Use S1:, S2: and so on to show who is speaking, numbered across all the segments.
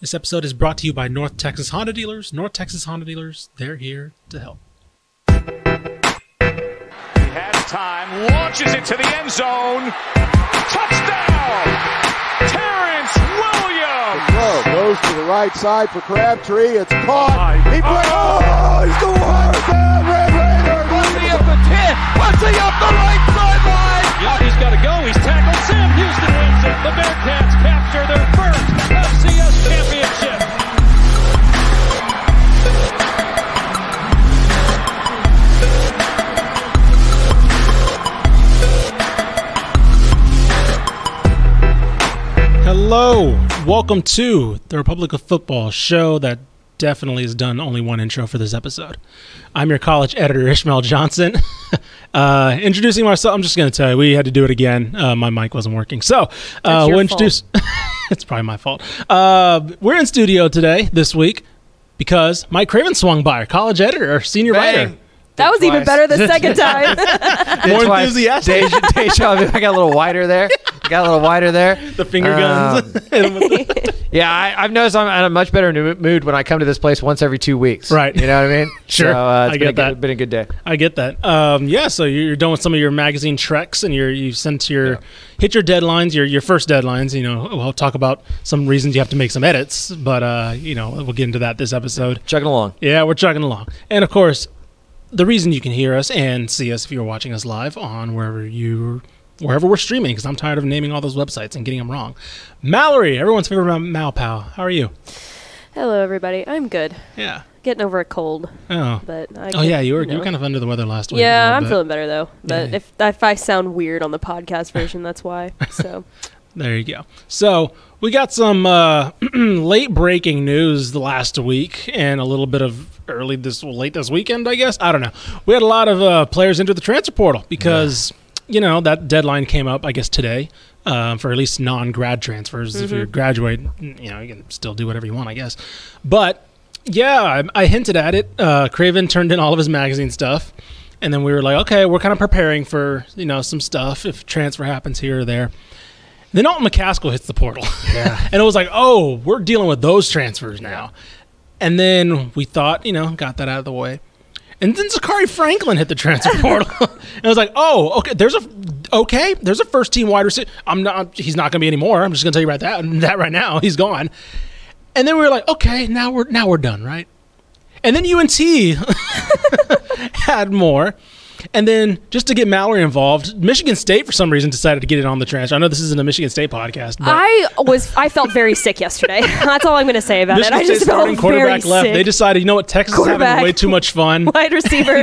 S1: This episode is brought to you by North Texas Honda Dealers. North Texas Honda Dealers, they're here to help.
S2: He has time, launches it to the end zone. Touchdown! Terrence Williams!
S3: Throw goes to the right side for Crabtree. It's
S2: My-
S3: caught. He put, oh, he's the worst. Oh, Red Raider.
S4: up the 10. Pussy up the right sideline. Yeah, he's got to go. He's tackled Sam. Houston wins it. The Bearcats capture their first FCS championship.
S1: Hello, welcome to the Republic of Football show that definitely has done only one intro for this episode. I'm your college editor, Ishmael Johnson. uh, introducing myself, I'm just going to tell you, we had to do it again. Uh, my mic wasn't working. So, uh, we'll
S5: your
S1: introduce. it's probably my fault. Uh, we're in studio today, this week, because Mike Craven swung by, our college editor, our senior writer.
S5: That was even better the second time.
S1: More enthusiastic.
S6: Deja, deja vu. I got a little wider there. I got a little wider there.
S1: The finger guns.
S5: Oh.
S1: Hit him with the-
S6: Yeah, I, I've noticed I'm in a much better nu- mood when I come to this place once every two weeks.
S1: Right.
S6: You know what I mean?
S1: Sure.
S6: So, uh,
S1: I
S6: it's
S1: get
S6: been a, good-
S1: that.
S6: been a good day.
S1: I get that. Um, yeah, so you're you're done with some of your magazine treks, and you're you've sent your hit your deadlines, your your first deadlines. You know, we'll talk about some reasons you have to make some edits, but uh, you know, we'll get into that this episode.
S6: Chugging along.
S1: Yeah, we're chugging along, and of course, the reason you can hear us and see us if you're watching us live on wherever you wherever we're streaming, because I'm tired of naming all those websites and getting them wrong. Mallory, everyone's favorite Mal- Mal pal. How are you?
S5: Hello, everybody. I'm good.
S1: Yeah.
S5: Getting over a cold,
S1: Oh.
S5: but I
S1: Oh yeah, you were you were kind of under the weather last week. uh, a
S5: Yeah,
S1: little
S5: I'm
S1: bit.
S5: feeling better though. But
S1: Yeah.
S5: if if I sound weird on the podcast version, that's why. So
S1: There you go. So we got some uh, late breaking news the last week, and a little bit of early this well, late this weekend, I guess. I don't know. We had a lot of uh, players into the transfer portal because you know that deadline came up, I guess today, uh, for at least non-grad transfers. If you graduate, you know you can still do whatever you want, I guess. But yeah, I, I hinted at it. Uh, Craven turned in all of his magazine stuff, and then we were like, okay, we're kind of preparing for you know some stuff if transfer happens here or there. Then Alton McCaskill hits the portal. Yeah. and it was like, oh, we're dealing with those transfers now. And then we thought, you know, got that out of the way. And then Zachary Franklin hit the transfer portal. and I was like, oh, okay, there's a okay, there's a first team wide receiver. I'm not he's not gonna be anymore. I'm just gonna tell you right that that right now. He's gone. And then we were like, okay, now we're now we're done, right? And then UNT had more. And then just to get Mallory involved, Michigan State for some reason decided to get it on the transfer. I know this isn't a Michigan State podcast, but
S5: I was I felt very sick yesterday. that's all I'm going to say about
S1: Michigan
S5: it. I
S1: State
S5: just
S1: starting
S5: felt very
S1: quarterback
S5: sick.
S1: left. They decided, you know what, Texas is having
S5: Quarterback.
S1: way too much fun.
S5: wide receiver,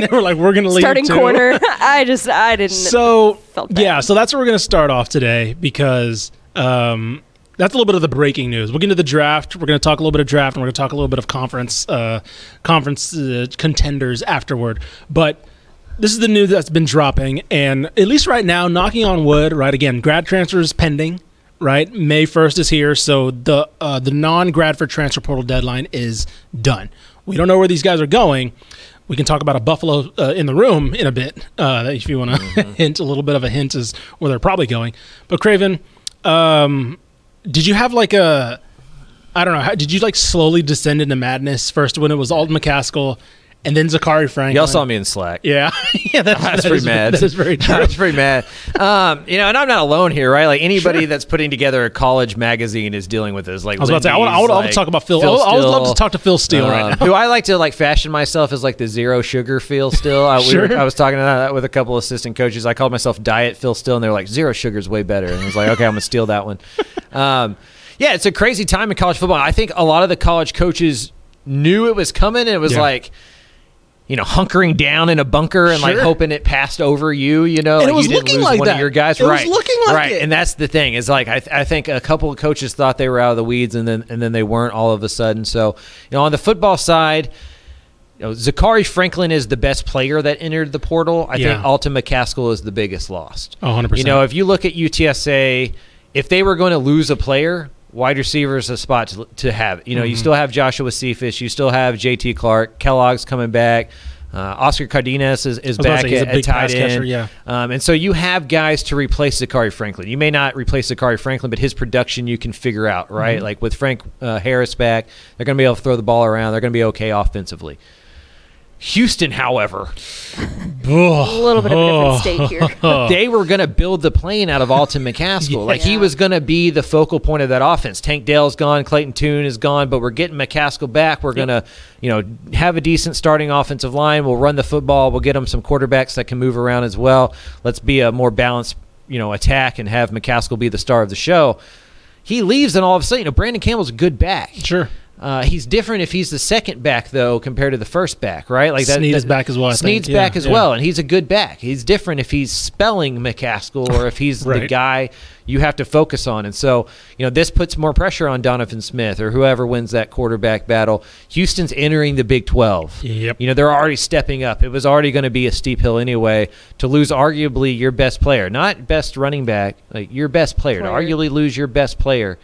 S1: they were like, we're going to leave
S5: starting
S1: too.
S5: corner. I just I didn't.
S1: So
S5: Felt bad.
S1: yeah, so that's where we're going to start off today because um, that's a little bit of the breaking news. We'll get into the draft. We're going to talk a little bit of draft, and we're going to talk a little bit of conference uh, conference uh, contenders afterward. But this is the news that's been dropping, and at least right now, knocking on wood, right again, grad transfer is pending. Right, May first is here, so the uh, the non Gradford transfer portal deadline is done. We don't know where these guys are going, we can talk about a buffalo uh, in the room in a bit uh, if you want to
S6: Mm-hmm.
S1: hint a little bit of a hint is where they're probably going but craven um, did you have like a i don't know how, did you like slowly descend into madness first when it was alden mccaskill and then zachary franklin
S6: Y'all saw me in Slack.
S1: yeah yeah that's,
S6: That's
S1: that
S6: pretty
S1: is-
S6: mad.
S1: that is very true
S6: That's pretty mad. Um, you know, and I'm not alone here, right? Like anybody that's putting together a college magazine is dealing with this. Like
S1: I was about to say, I would- I would love to talk about Phil- I would- I would love to talk to Phil Steele right now.
S6: Who I like to like fashion myself as like the zero sugar Phil Steele. I, we
S1: Sure.
S6: were- I was talking about that with a couple assistant coaches. I called myself Diet Phil Steele, and they were like, zero sugar's way better. And I was like, okay, I'm gonna steal that one. Um, yeah, it's a crazy time in college football. I think a lot of the college coaches knew it was coming, and it was
S1: Yeah.
S6: like. You know, hunkering down in a bunker and like
S1: Sure.
S6: hoping it passed over you. You know,
S1: And
S6: like
S1: it was
S6: you didn't
S1: looking
S6: lose
S1: like
S6: one
S1: that.
S6: of your guys.
S1: It was
S6: right,
S1: looking like
S6: right,
S1: it.
S6: and that's the thing is like I, th- I think a couple of coaches thought they were out of the weeds, and then and then they weren't all of a sudden. So you know, on the football side. You know, Zachary Franklin is the best player that entered the portal. I
S1: Yeah.
S6: think Alton McCaskill is the biggest loss.
S1: Oh, 100%.
S6: You know, if you look at UTSA, if they were going to lose a player, wide receiver is a spot
S1: Mm-hmm.
S6: to, to have. You know, you still have Joshua Cephas, you still have JT Clark, Kellogg's coming back, Uh, Oscar Cardenas is, is
S1: was about to
S6: back
S1: say, he's
S6: at,
S1: a
S6: at
S1: big
S6: tight
S1: pass
S6: end.
S1: catcher, yeah.
S6: Um, and so you have guys to replace Zachary Franklin. You may not replace Zachary Franklin, but his production you can figure out, right?
S1: Mm-hmm.
S6: Like with Frank uh, Harris back, they're going to be able to throw the ball around. They're going to be okay offensively. Houston, however,
S5: A little bit of a different state here.
S6: they were going to build the plane out of Alton McCaskill. Like he was going to be the focal point of that offense. Tank Dale's gone, Clayton Toon is gone, but we're getting McCaskill back. We're going to, you know, have a decent starting offensive line. We'll run the football. We'll get them some quarterbacks that can move around as well. Let's be a more balanced, you know, attack and have McCaskill be the star of the show. He leaves, and all of a sudden, you know, Brandon Campbell's a good back.
S1: Sure.
S6: Uh, he's different if he's the second back though compared to the first back, right? Like
S1: Snead is back as well, I
S6: Snead's
S1: think. Yeah,
S6: back as
S1: yeah.
S6: well, and he's a good back. He's different if he's spelling McCaskill or if he's the
S1: Right.
S6: guy you have to focus on. And so, you know, this puts more pressure on Donovan Smith or whoever wins that quarterback battle. Houston's entering the Big Twelve.
S1: Yep.
S6: You know, they're already stepping up. It was already going to be a steep hill anyway to lose arguably your best player, not best running back, like your best player,
S5: Player.
S6: to arguably lose your best player.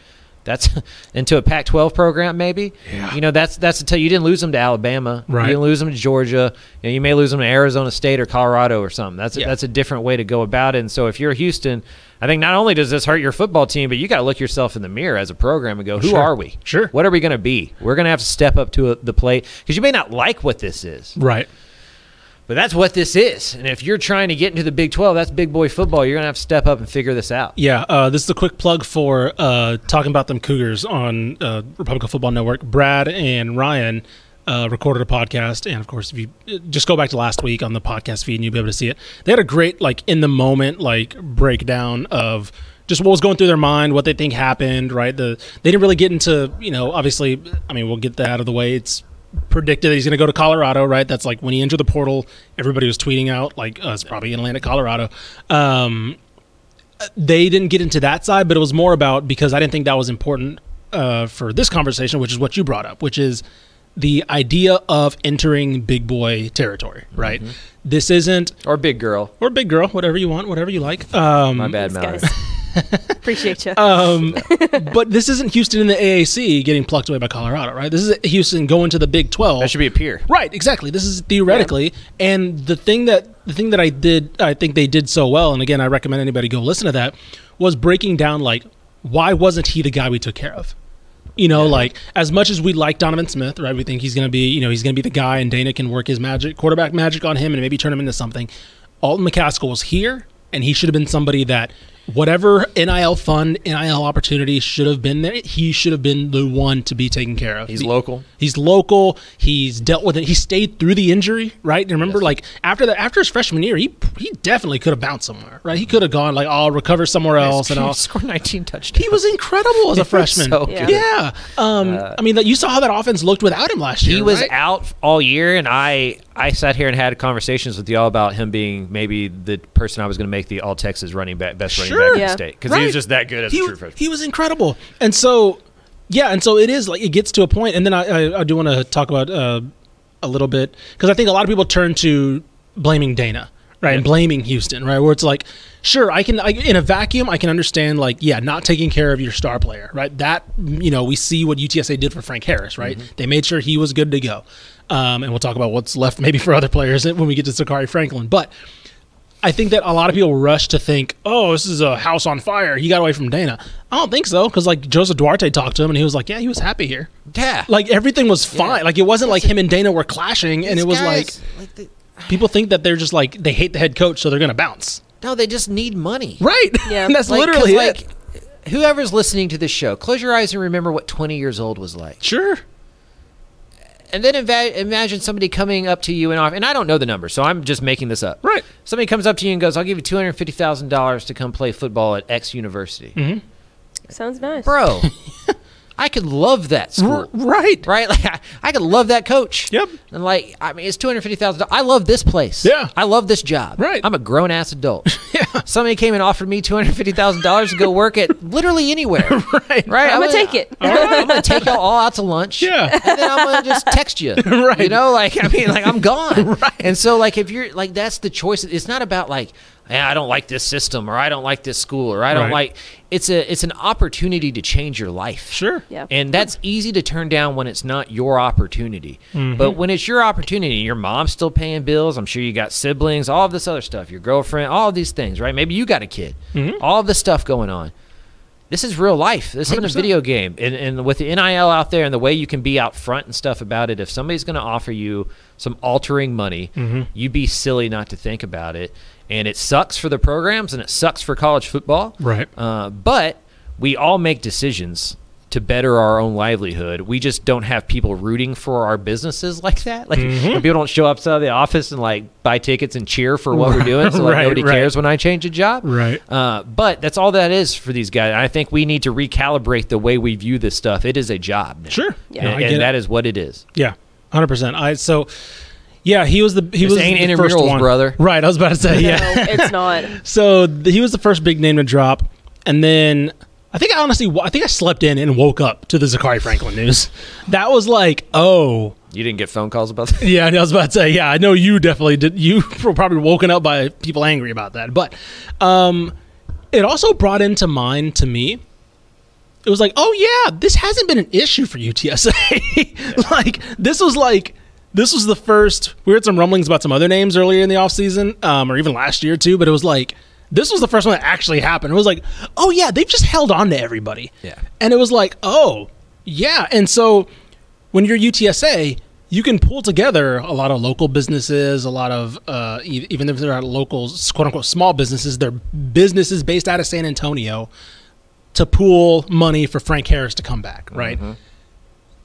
S6: That's into a Pac-12 program, maybe. You know, that's that's until you didn't lose them to Alabama.
S1: Right.
S6: You didn't lose them to Georgia. You, know, you may lose them to Arizona State or Colorado or something. That's
S1: Yeah.
S6: that's a different way to go about it. And so, if you're Houston, I think not only does this hurt your football team, but you got to look yourself in the mirror as a program and go, who
S1: Sure.
S6: are we?
S1: Sure.
S6: What are we going to be? We're going to have to step up to uh the plate because you may not like what this is,
S1: Right.
S6: but that's what this is. And if you're trying to get into the Big 12, that's big boy football. You're going to have to step up and figure this out.
S1: Yeah, uh, this is a quick plug for uh, talking about them Cougars on uh, Republican Football Network. Brad and Ryan uh, recorded a podcast, and of course, if you uh, just go back to last week on the podcast feed, and you'll be able to see it. They had a great, like, in the moment, like breakdown of just what was going through their mind, what they think happened. Right? The they didn't really get into, you know, obviously. I mean, we'll get that out of the way. It's predicted that he's going to go to Colorado, right? That's like when he entered the portal. Everybody was tweeting out like, uh, "It's probably in Atlanta, Colorado." Um, they didn't get into that side, but it was more about because I didn't think that was important uh, for this conversation, which is what you brought up, which is the idea of entering big boy territory, right? This isn't,
S6: Or big girl.
S1: or big girl, whatever you want, whatever you like. Um,
S6: My bad,
S5: These
S6: Mallory.
S5: guys. Appreciate you.
S1: Uh, but this isn't Houston in the AAC getting plucked away by Colorado, right? This is Houston going to the Big 12.
S6: That should be a peer.
S1: Right, exactly. This is theoretically, and the thing that the thing that I did, I think they did so well, and again, I recommend anybody go listen to that, was breaking down like why wasn't he the guy we took care of? You know, like as much as we like Donovan Smith, right? We think he's going to be, you know, he's going to be the guy, and Dana can work his magic, quarterback magic on him, and maybe turn him into something. Alton McCaskill was here, and he should have been somebody that whatever NIL fund, NIL opportunity should have been there. He should have been the one to be taken care of.
S6: He's
S1: The-
S6: local.
S1: He's local. He's dealt with it. He stayed through the injury, right? And remember, like after that, after his freshman year, he he definitely could have bounced somewhere, right? He could have gone like, I'll recover somewhere else, and I'll.
S6: score 19 touchdowns.
S1: He was incredible as a freshman.
S6: so
S5: good.
S1: yeah. Um, I mean, that you saw how that offense looked without him last year.
S6: he was
S1: right?
S6: out all year, and I I sat here and had conversations with y'all about him being maybe the person I was going to make the All Texas running back best running
S1: Sure.
S6: back in
S5: Yeah.
S6: the state because he
S1: Right.
S6: was just that good as
S1: he,
S6: a
S1: wa-
S6: true freshman.
S1: He was incredible, and so yeah, and so it is like it gets to a point, and then I I, I do want to talk about uh, a little bit because I think a lot of people turn to blaming Dana, right, and blaming Houston, right, where it's like, sure, I can I, in a vacuum, I can understand like yeah, not taking care of your star player, right, that you know we see what UTSA did for Frank Harris, right,
S6: Mm-hmm.
S1: they made sure he was good to go. Um, and we'll talk about what's left maybe for other players when we get to Sakari Franklin. But I think that a lot of people rush to think, oh, this is a house on fire. He got away from Dana. I don't think so, because like Joseph Duarte talked to him and he was like, yeah, he was happy here.
S6: Yeah,
S1: Like everything was fine. Like it wasn't like him and Dana were clashing, and it was
S6: like the,
S1: like people think that they're just like they hate the head coach, so they're gonna bounce.
S6: no, they just need money.
S1: Right.
S5: Yeah.
S1: and that's
S6: Like, 'cause,
S1: literally
S6: like
S1: it.
S6: whoever's listening to this show, close your eyes and remember what 20 years old was like.
S1: Sure.
S6: and then inva- imagine somebody coming up to you and off and i don't know the number so i'm just making this up
S1: Right.
S6: somebody comes up to you and goes i'll give you $250000 to come play football at x university
S1: Mm-hmm.
S5: Sounds nice.
S6: bro i could love that
S1: R-
S6: school
S1: right.
S6: right like I- i could love that coach
S1: Yep.
S6: and like i mean it's $250000 i love this place
S1: Yeah.
S6: i love this job
S1: Right.
S6: i'm a grown-ass adult yeah somebody came and offered me $250000 to go work at literally anywhere
S1: Right.
S6: right
S5: I'm
S6: I'm
S5: gonna take it.
S6: I'm gonna take y'all all out to lunch.
S1: Yeah.
S6: And then I'm gonna just text you.
S1: Right.
S6: You know, like I mean, like I'm gone. right. And so like if you're like that's the choice. It's not about like "Yeah, I don't like this system, or I don't like this school, or I don't
S1: Right.
S6: like. It's a it's an opportunity to change your life.
S1: Sure.
S5: Yeah.
S6: And that's easy to turn down when it's not your opportunity.
S1: Mm-hmm.
S6: But when it's your opportunity, your mom's still paying bills. I'm sure you got siblings, all of this other stuff, your girlfriend, all of these things, right? Maybe you got a kid,
S1: Mm-hmm.
S6: all of this stuff going on. This is real life. This isn't a
S1: 100%.
S6: video game. And, and with the NIL out there and the way you can be out front and stuff about it, if somebody's going to offer you some altering money,
S1: Mm-hmm.
S6: you'd be silly not to think about it. And it sucks for the programs and it sucks for college football.
S1: Right.
S6: Uh, but we all make decisions to better our own livelihood. We just don't have people rooting for our businesses like that. Like
S1: Mm-hmm.
S6: when people don't show up to the office and like buy tickets and cheer for what we're doing. So like
S1: Right,
S6: nobody
S1: right.
S6: cares when I change a job.
S1: Right.
S6: Uh, but that's all that is for these guys. I think we need to recalibrate the way we view this stuff. It is a job. now.
S1: Sure.
S5: Yeah.
S1: No, I
S6: And,
S1: get
S6: and
S1: it.
S6: that is what it is.
S1: Yeah, hundred percent. I so yeah, he was the he
S6: This
S1: was
S6: ain't
S1: the
S6: intramurals,
S1: first one,
S6: brother.
S1: Right, I was about to say yeah.
S5: No, it's not.
S1: So th- he was the first big name to drop, and then I think I honestly wa- I think I slept in and woke up to the Zachary Franklin news. That was like oh.
S6: You didn't get phone calls about that?
S1: Yeah, I was about to say. Yeah, I know you definitely did. You were probably woken up by people angry about that, but um, it also brought into mind to me. It was like, oh yeah, this hasn't been an issue for UTSA. like this was like this was the first. We had some rumblings about some other names earlier in the offseason, um, or even last year too. But it was like this was the first one that actually happened. It was like, oh yeah, they've just held on to everybody.
S6: Yeah.
S1: and it was like, oh yeah, and so when you're UTSA, you can pull together a lot of local businesses, a lot of uh, e- even if they're not local, quote unquote, small businesses, they're businesses based out of San Antonio to pool money for Frank Harris to come back, right?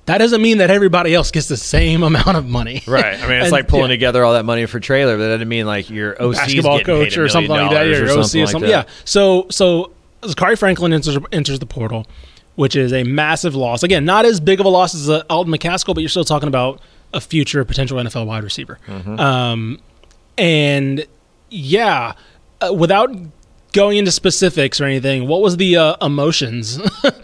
S1: That doesn't mean that everybody else gets the same amount of money,
S6: Right. I mean, it's
S1: And-
S6: like pulling
S1: yeah
S6: together all that money for trailer, but that doesn't mean like your OC's
S1: basketball
S6: getting paid
S1: coach
S6: a
S1: or
S6: million
S1: something like that,
S6: dollars
S1: yeah,
S6: or
S1: your OC or
S6: like
S1: something.
S6: that.
S1: Yeah. So so Zachary Franklin enters, enters the portal, which is a massive loss. Again, not as big of a loss as uh, Alton McCaskill, but you're still talking about a future potential NFL wide receiver.
S6: Mm-hmm.
S1: Um, and yeah, uh, without going into specifics or anything, what was the uh, emotions?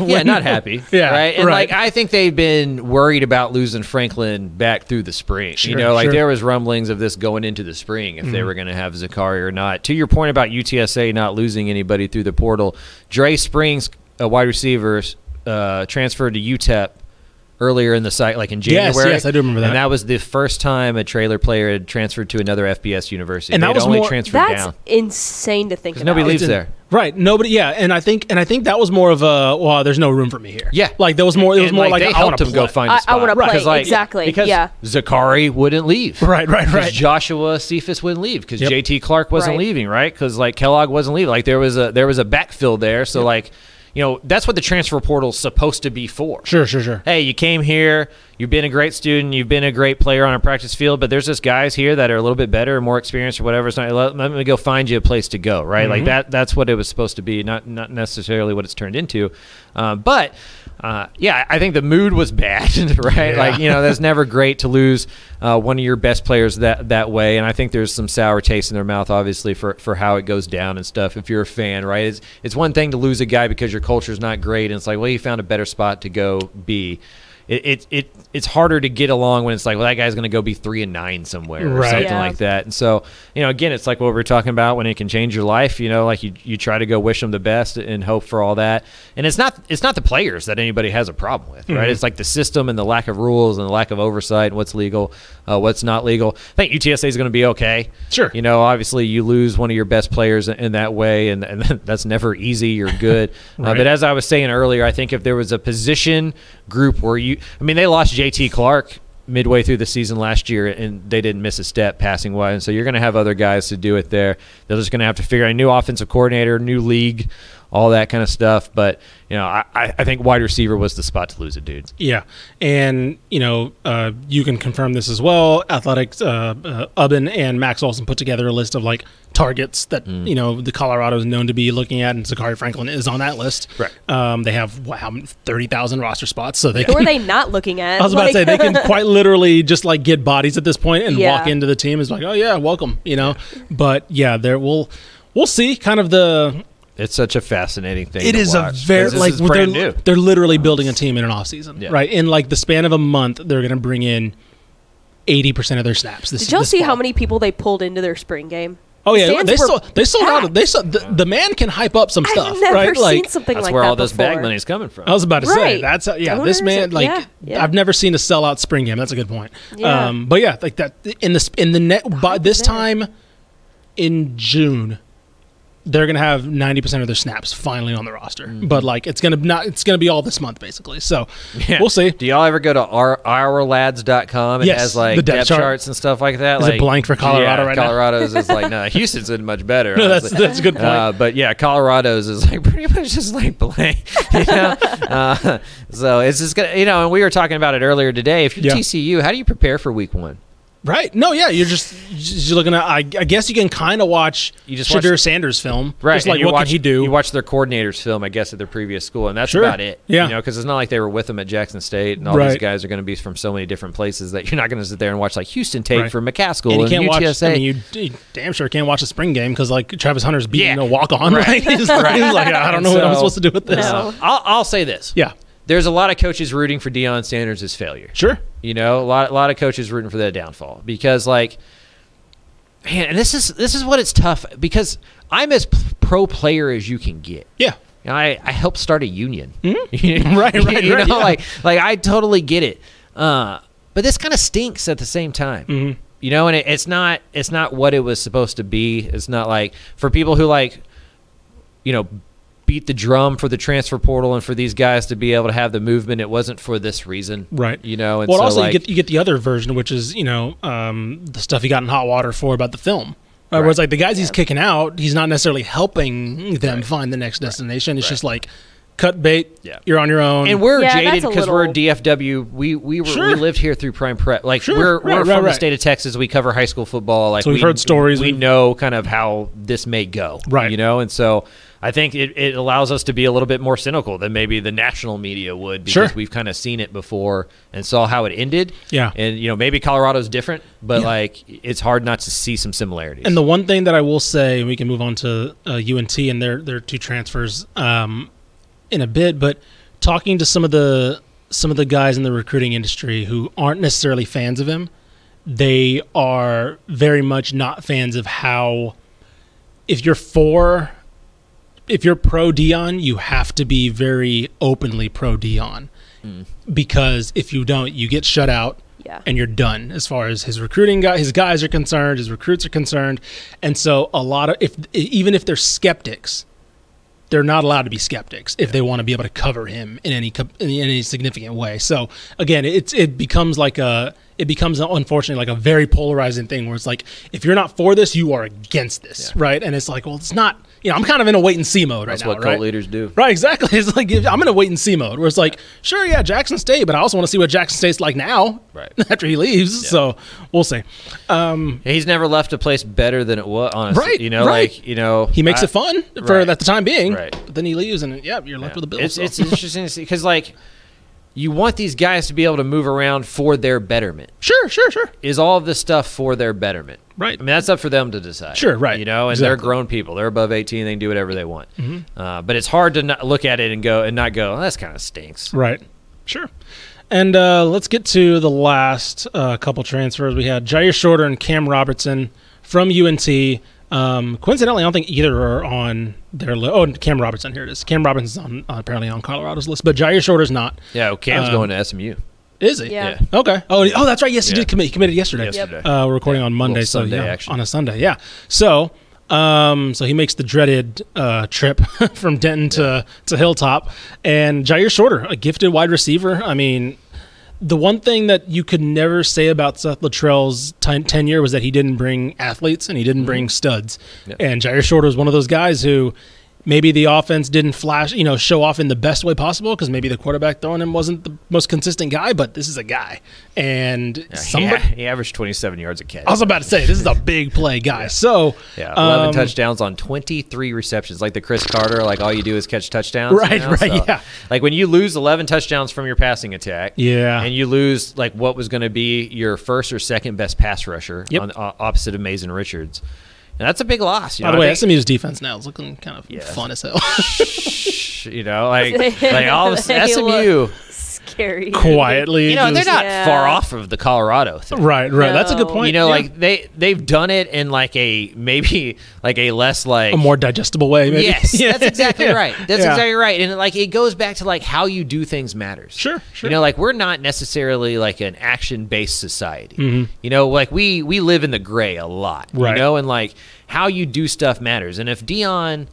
S6: yeah, not happy.
S1: Yeah,
S6: right. And
S1: right.
S6: like I think they've been worried about losing Franklin back through the spring.
S1: Sure,
S6: you know, like
S1: sure. Mm.
S6: there was rumblings of this going into the spring if they were going to have Zakari or not. To your point about UTSA not losing anybody through the portal, Dre Springs, a wide receiver, uh, transferred to UTEP earlier in the site, like in
S1: Yes,
S6: January.
S1: yes, I do remember that.
S6: And that was the first time a trailer player had transferred to another FBS university.
S1: And that
S6: They'd
S1: was
S6: only
S1: more-
S6: transferred
S5: That's
S6: down.
S5: insane to think about.
S6: nobody leaves
S1: It's in-
S6: there.
S1: Right. Nobody. Yeah. And I think and I think that was more of a well, there's no room for me here.
S6: Yeah,
S1: Like there was more. It was
S6: And,
S1: more like,
S6: they
S1: I
S6: helped
S1: wanna
S6: him go
S1: play.
S6: find. A
S5: I- I
S6: spot.
S5: wanna
S6: Right.
S5: play,
S6: 'Cause, like,
S5: exactly,
S6: Because
S5: yeah.
S6: Zakari wouldn't leave.
S1: Right. Right.
S6: Because
S1: Right.
S6: Joshua Cephas wouldn't leave because
S1: Yep.
S6: JT Clark wasn't
S5: Right.
S6: leaving, right? Because like Kellogg wasn't leaving. Like there was a there was a backfill there. So like, you know, that's what the transfer portal's supposed to be for.
S1: Sure. Sure. Sure.
S6: Hey, you came here. You've been a great student. You've been a great player on a practice field. But there's just guys here that are a little bit better and more experienced or whatever. It's not. Let, let me go find you a place to go. Right. Like that. That's what it was supposed to be. Not not necessarily what it's turned into. Uh, but uh, yeah, I think the mood was bad. Right. Like you know, that's never great to lose uh, one of your best players that that way. And I think there's some sour taste in their mouth, obviously, for for how it goes down and stuff. If you're a fan, right? It's it's one thing to lose a guy because your culture's not great, and it's like, well, you found a better spot to go be. It, it, it it's harder to get along when it's like well that guy's going to go be three and nine somewhere or
S1: Right.
S6: something
S5: Yeah.
S6: like that and so you know again it's like what we were talking about when it can change your life you know like you, you try to go wish them the best and hope for all that and it's not it's not the players that anybody has a problem with right it's like the system and the lack of rules and the lack of oversight and what's legal uh, what's not legal I think UTSA is going to be okay
S1: Sure.
S6: you know know, obviously you lose one of your best players in, in that way, and, and that's never easy or good. uh, but as I was saying earlier, I think if there was a position group where you, I mean, they lost JT Clark midway through the season last year, and they didn't miss a step passing wise. And so you're going to have other guys to do it there. They're just going to have to figure out a new offensive coordinator, new league, all that kind of stuff. But you know, I, I I think wide receiver was the spot to lose it, dude.
S1: Yeah, and you know uh, you can confirm this as well. Athletics, uh, uh, Ubbin and Max Olson put together a list of like targets that you know the Colorado is known to be looking at, and Zachary Franklin is on that list.
S6: Right.
S1: Um, they have wow, thirty thousand roster spots, so they.
S5: Who are
S1: Can,
S5: they not looking at?
S1: I was about to
S5: Like-
S1: say they can quite literally just like get bodies at this point and
S5: Yeah.
S1: walk into the team is like, oh yeah, welcome, you know. But yeah, there we'll we'll see kind of the
S6: It's such a fascinating thing.
S1: it
S6: to
S1: is
S6: watch,
S1: a very
S6: 'cause this
S1: like
S6: is
S1: they're,
S6: brand new.
S1: they're literally building a team in an offseason,
S6: Yeah.
S1: right? In like the span of a month, they're going to bring in eighty percent of their snaps. This
S5: Did y'all
S1: this
S5: see how
S1: fall.
S5: many people they pulled into their spring game?
S1: Oh yeah,
S5: stands
S1: they
S5: were
S1: sold. They sold out.
S5: packed.
S1: They sold, the, the man can hype up some
S5: I've
S1: stuff,
S5: never
S1: right?
S5: seen
S1: like
S5: something
S6: That's
S5: like
S6: where
S5: that
S6: all this
S5: before.
S6: bag money is coming from.
S1: I was about to say.
S5: Right.
S1: That's how, yeah.
S5: Donors
S1: This man,
S5: and-
S1: like,
S5: yeah, yeah.
S1: I've never seen a sellout spring game. That's a good point.
S5: Yeah.
S1: Um, but yeah, like that in the sp- in the net by
S5: hype
S1: this
S5: is there.
S1: time in June, they're gonna have ninety percent of their snaps finally on the roster.
S5: Mm-hmm.
S1: But like, it's gonna not. It's gonna be all this month basically. So
S6: Yeah.
S1: we'll see.
S6: Do y'all ever go to our, ourlads.com? It
S1: Yes,
S6: has like
S1: the depth
S6: depth
S1: chart.
S6: charts and stuff like that.
S1: Is it
S6: like,
S1: blank for Colorado
S6: yeah,
S1: right now?
S6: Colorado's is like, no, Houston's is much better.
S1: No, that's
S6: honestly.
S1: that's a good point.
S6: Uh, but yeah, Colorado's is like pretty much just like blank. You know? uh, so it's just gonna, you know. And we were talking about it earlier today. If you're
S1: Yeah.
S6: TCU, how do you prepare for Week One?
S1: Right. No, yeah, you're just you're looking at. I, I guess you can kind of watch
S6: You just
S1: Shadur
S6: watch-
S1: Sanders film.
S6: Right.
S1: Just
S6: and
S1: like
S6: you
S1: what
S6: watch,
S1: can he do?
S6: You watch their coordinators film, I guess, at their previous school, and that's
S1: Sure.
S6: about it.
S1: Yeah.
S6: You know, because it's not like they were with them at Jackson State, and all these
S1: Right.
S6: guys are going to be from so many different places that you're not going to sit there and watch like Houston tape
S1: Right.
S6: for McCaskill
S1: and
S6: and,
S1: you can't watch.
S6: UTSA.
S1: I mean, you, d- damn sure can't watch the spring game because like Travis Hunter's beating
S6: Yeah.
S1: a walk on. Right. He's like, he's like, I don't know what I'm
S6: So-
S1: supposed to do with this.
S5: No.
S6: I'll, I'll say this.
S1: Yeah.
S6: There's a lot of coaches rooting for Deion Sanders' failure.
S1: Sure.
S6: You know, a lot, a lot of coaches rooting for that downfall because, like, man, and this is this is what it's tough because I'm as p- pro player as you can get.
S1: Yeah.
S6: You know, I, I helped start a union.
S1: Hmm? Right,
S6: You-
S1: right,
S6: You
S1: right,
S6: know,
S1: yeah.
S6: like like I totally get it. Uh, but this kind of stinks at the same time.
S1: Mm-hmm.
S6: You know, and it, it's not it's not what it was supposed to be. It's not like for people who like, you know, beat the drum for the transfer portal and for these guys to be able to have the movement. It wasn't for this reason,
S1: Right.
S6: You know, and
S1: well,
S6: so
S1: also
S6: like,
S1: you get you get the other version, which is you know um, the stuff he got in hot water for about the film. Right. Whereas like the guys he's kicking out, he's not necessarily helping them find the next destination. It's just like cut bait.
S6: Yeah.
S1: You're on your own.
S6: and we're
S5: Yeah, that's
S6: jaded
S5: a
S6: because we're a
S5: little-
S6: DFW. We we were we
S1: Um, Sure.
S6: lived here through prime prep. Like
S1: Sure,
S6: we're we're
S1: right,
S6: from
S1: right,
S6: the
S1: right.
S6: state of Texas. We cover high school football. Like
S1: So we've
S6: we,
S1: heard stories,
S6: We
S1: we've-
S6: know kind of how this may go.
S1: Right.
S6: You know, and so I think it, it allows us to be a little bit more cynical than maybe the national media would because
S1: Sure.
S6: we've kind of seen it before and saw how it ended.
S1: Yeah.
S6: And you know maybe Colorado's different, but like it's hard not to see some similarities.
S1: And the one thing that I will say, and we can move on to uh, UNT and their their two transfers um, in a bit, but talking to some of the some of the guys in the recruiting industry who aren't necessarily fans of him, they are very much not fans of how if you're for if you're pro Dion, you have to be very openly pro Dion. Because if you don't, you get shut out
S5: Yeah.
S1: and you're done as far as his recruiting guy his guys are concerned, his recruits are concerned. And so a lot of if even if they're skeptics, they're not allowed to be skeptics if they want to be able to cover him in any co- in any significant way. So again, it's it becomes like a it becomes unfortunately like a very polarizing thing where it's like if you're not for this, you are against this, right? And it's like, well, it's not. You know, I'm kind of in a wait and see mode right
S6: That's
S1: now.
S6: what cult
S1: right?
S6: leaders do.
S1: Right, exactly. It's like if- I'm in a wait and see mode where it's like, sure, yeah, Jackson State, but I also want to see what Jackson State's like now,
S6: Right.
S1: after he leaves. So we'll see.
S6: he's never left a place better than it was. Honestly,
S1: Right,
S6: You know,
S1: right.
S6: like you know
S1: He makes
S6: I-
S1: it fun for
S6: right.
S1: at the time being,
S6: Right.
S1: but then he leaves, and yeah, you're left with a bill.
S6: It's,
S1: so.
S6: it's interesting to see because like you want these guys to be able to move around for their betterment.
S1: sure, sure, sure.
S6: Is all of this stuff for their betterment?
S1: Right.
S6: I mean, that's up for them to decide.
S1: Sure, right.
S6: You know, and they're
S1: Exactly. Mm-hmm.
S6: grown people. They're above eighteen. They can do whatever they want. Uh, but it's hard to not look at it and go and not go. Oh, that's kind of stinks.
S1: Right. Sure. And uh, let's get to the last uh, couple transfers we had: Jair Shorter and Cam Robertson from UNT. Um, coincidentally, I don't think either are on their list. Oh, and Cam Robertson. Here it is. Cam Robertson's on uh, apparently on Colorado's list, but Jair Shorter's not.
S6: Yeah. Well, Cam's
S1: Um,
S6: going to SMU.
S1: Is he?
S5: Yeah.
S1: Okay. Oh, oh, that's right. Yes, he
S6: Yeah.
S1: did commit. He committed yesterday.
S6: Yesterday.
S1: Uh, we're recording on Monday,
S6: Little
S1: so
S6: Sunday
S1: yeah,
S6: action.
S1: on a Sunday. Yeah. So, um, so he makes the dreaded uh, trip from Denton to to Hilltop, and Jair Shorter, a gifted wide receiver. I mean, the one thing that you could never say about Seth Luttrell's ten- tenure was that he didn't bring athletes and he didn't bring
S6: Mm-hmm.
S1: studs. And Jair Shorter was one of those guys who maybe the offense didn't flash, you know, show off in the best way possible because maybe the quarterback throwing him wasn't the most consistent guy, but this is a guy. And somebody.
S6: Yeah, he averaged twenty-seven yards a catch.
S1: I was about to say this is a big play guy. So
S6: Yeah, eleven
S1: um,
S6: touchdowns on twenty-three receptions, like the Chris Carter. Like all you do is catch touchdowns, you
S1: Right,
S6: know?
S1: right, yeah.
S6: Like when you lose eleven touchdowns from your passing attack,
S1: Yeah.
S6: and you lose like what was going to be your first or second best pass rusher
S1: Yep.
S6: on uh, opposite of Mason Richards, and that's a big loss. You
S1: By
S6: know,
S1: the
S6: I
S1: way,
S6: think-
S1: SMU's defense now is looking kind of
S6: Yeah.
S1: fun as hell.
S6: you know, like like all of a sudden,
S5: They
S6: SMU.
S5: look scary.
S1: quietly.
S6: You know, they're
S1: just-
S6: not
S5: Yeah.
S6: far off of the Colorado thing.
S1: Right, right. That's a good
S5: No.
S1: point.
S6: You know,
S1: Yeah.
S6: like they they've done it in like a maybe like a less like
S1: a more digestible way. Maybe.
S6: Yes,
S1: Yeah.
S6: that's exactly
S1: Yeah.
S6: right. That's
S1: Yeah.
S6: exactly right. And like it goes back to like how you do things matters.
S1: Sure, sure.
S6: You know, like we're not necessarily like an action based society. You know, like we we live in the gray a lot.
S1: Mm-hmm. Right.
S6: You know, and like how you do stuff matters. And if Dion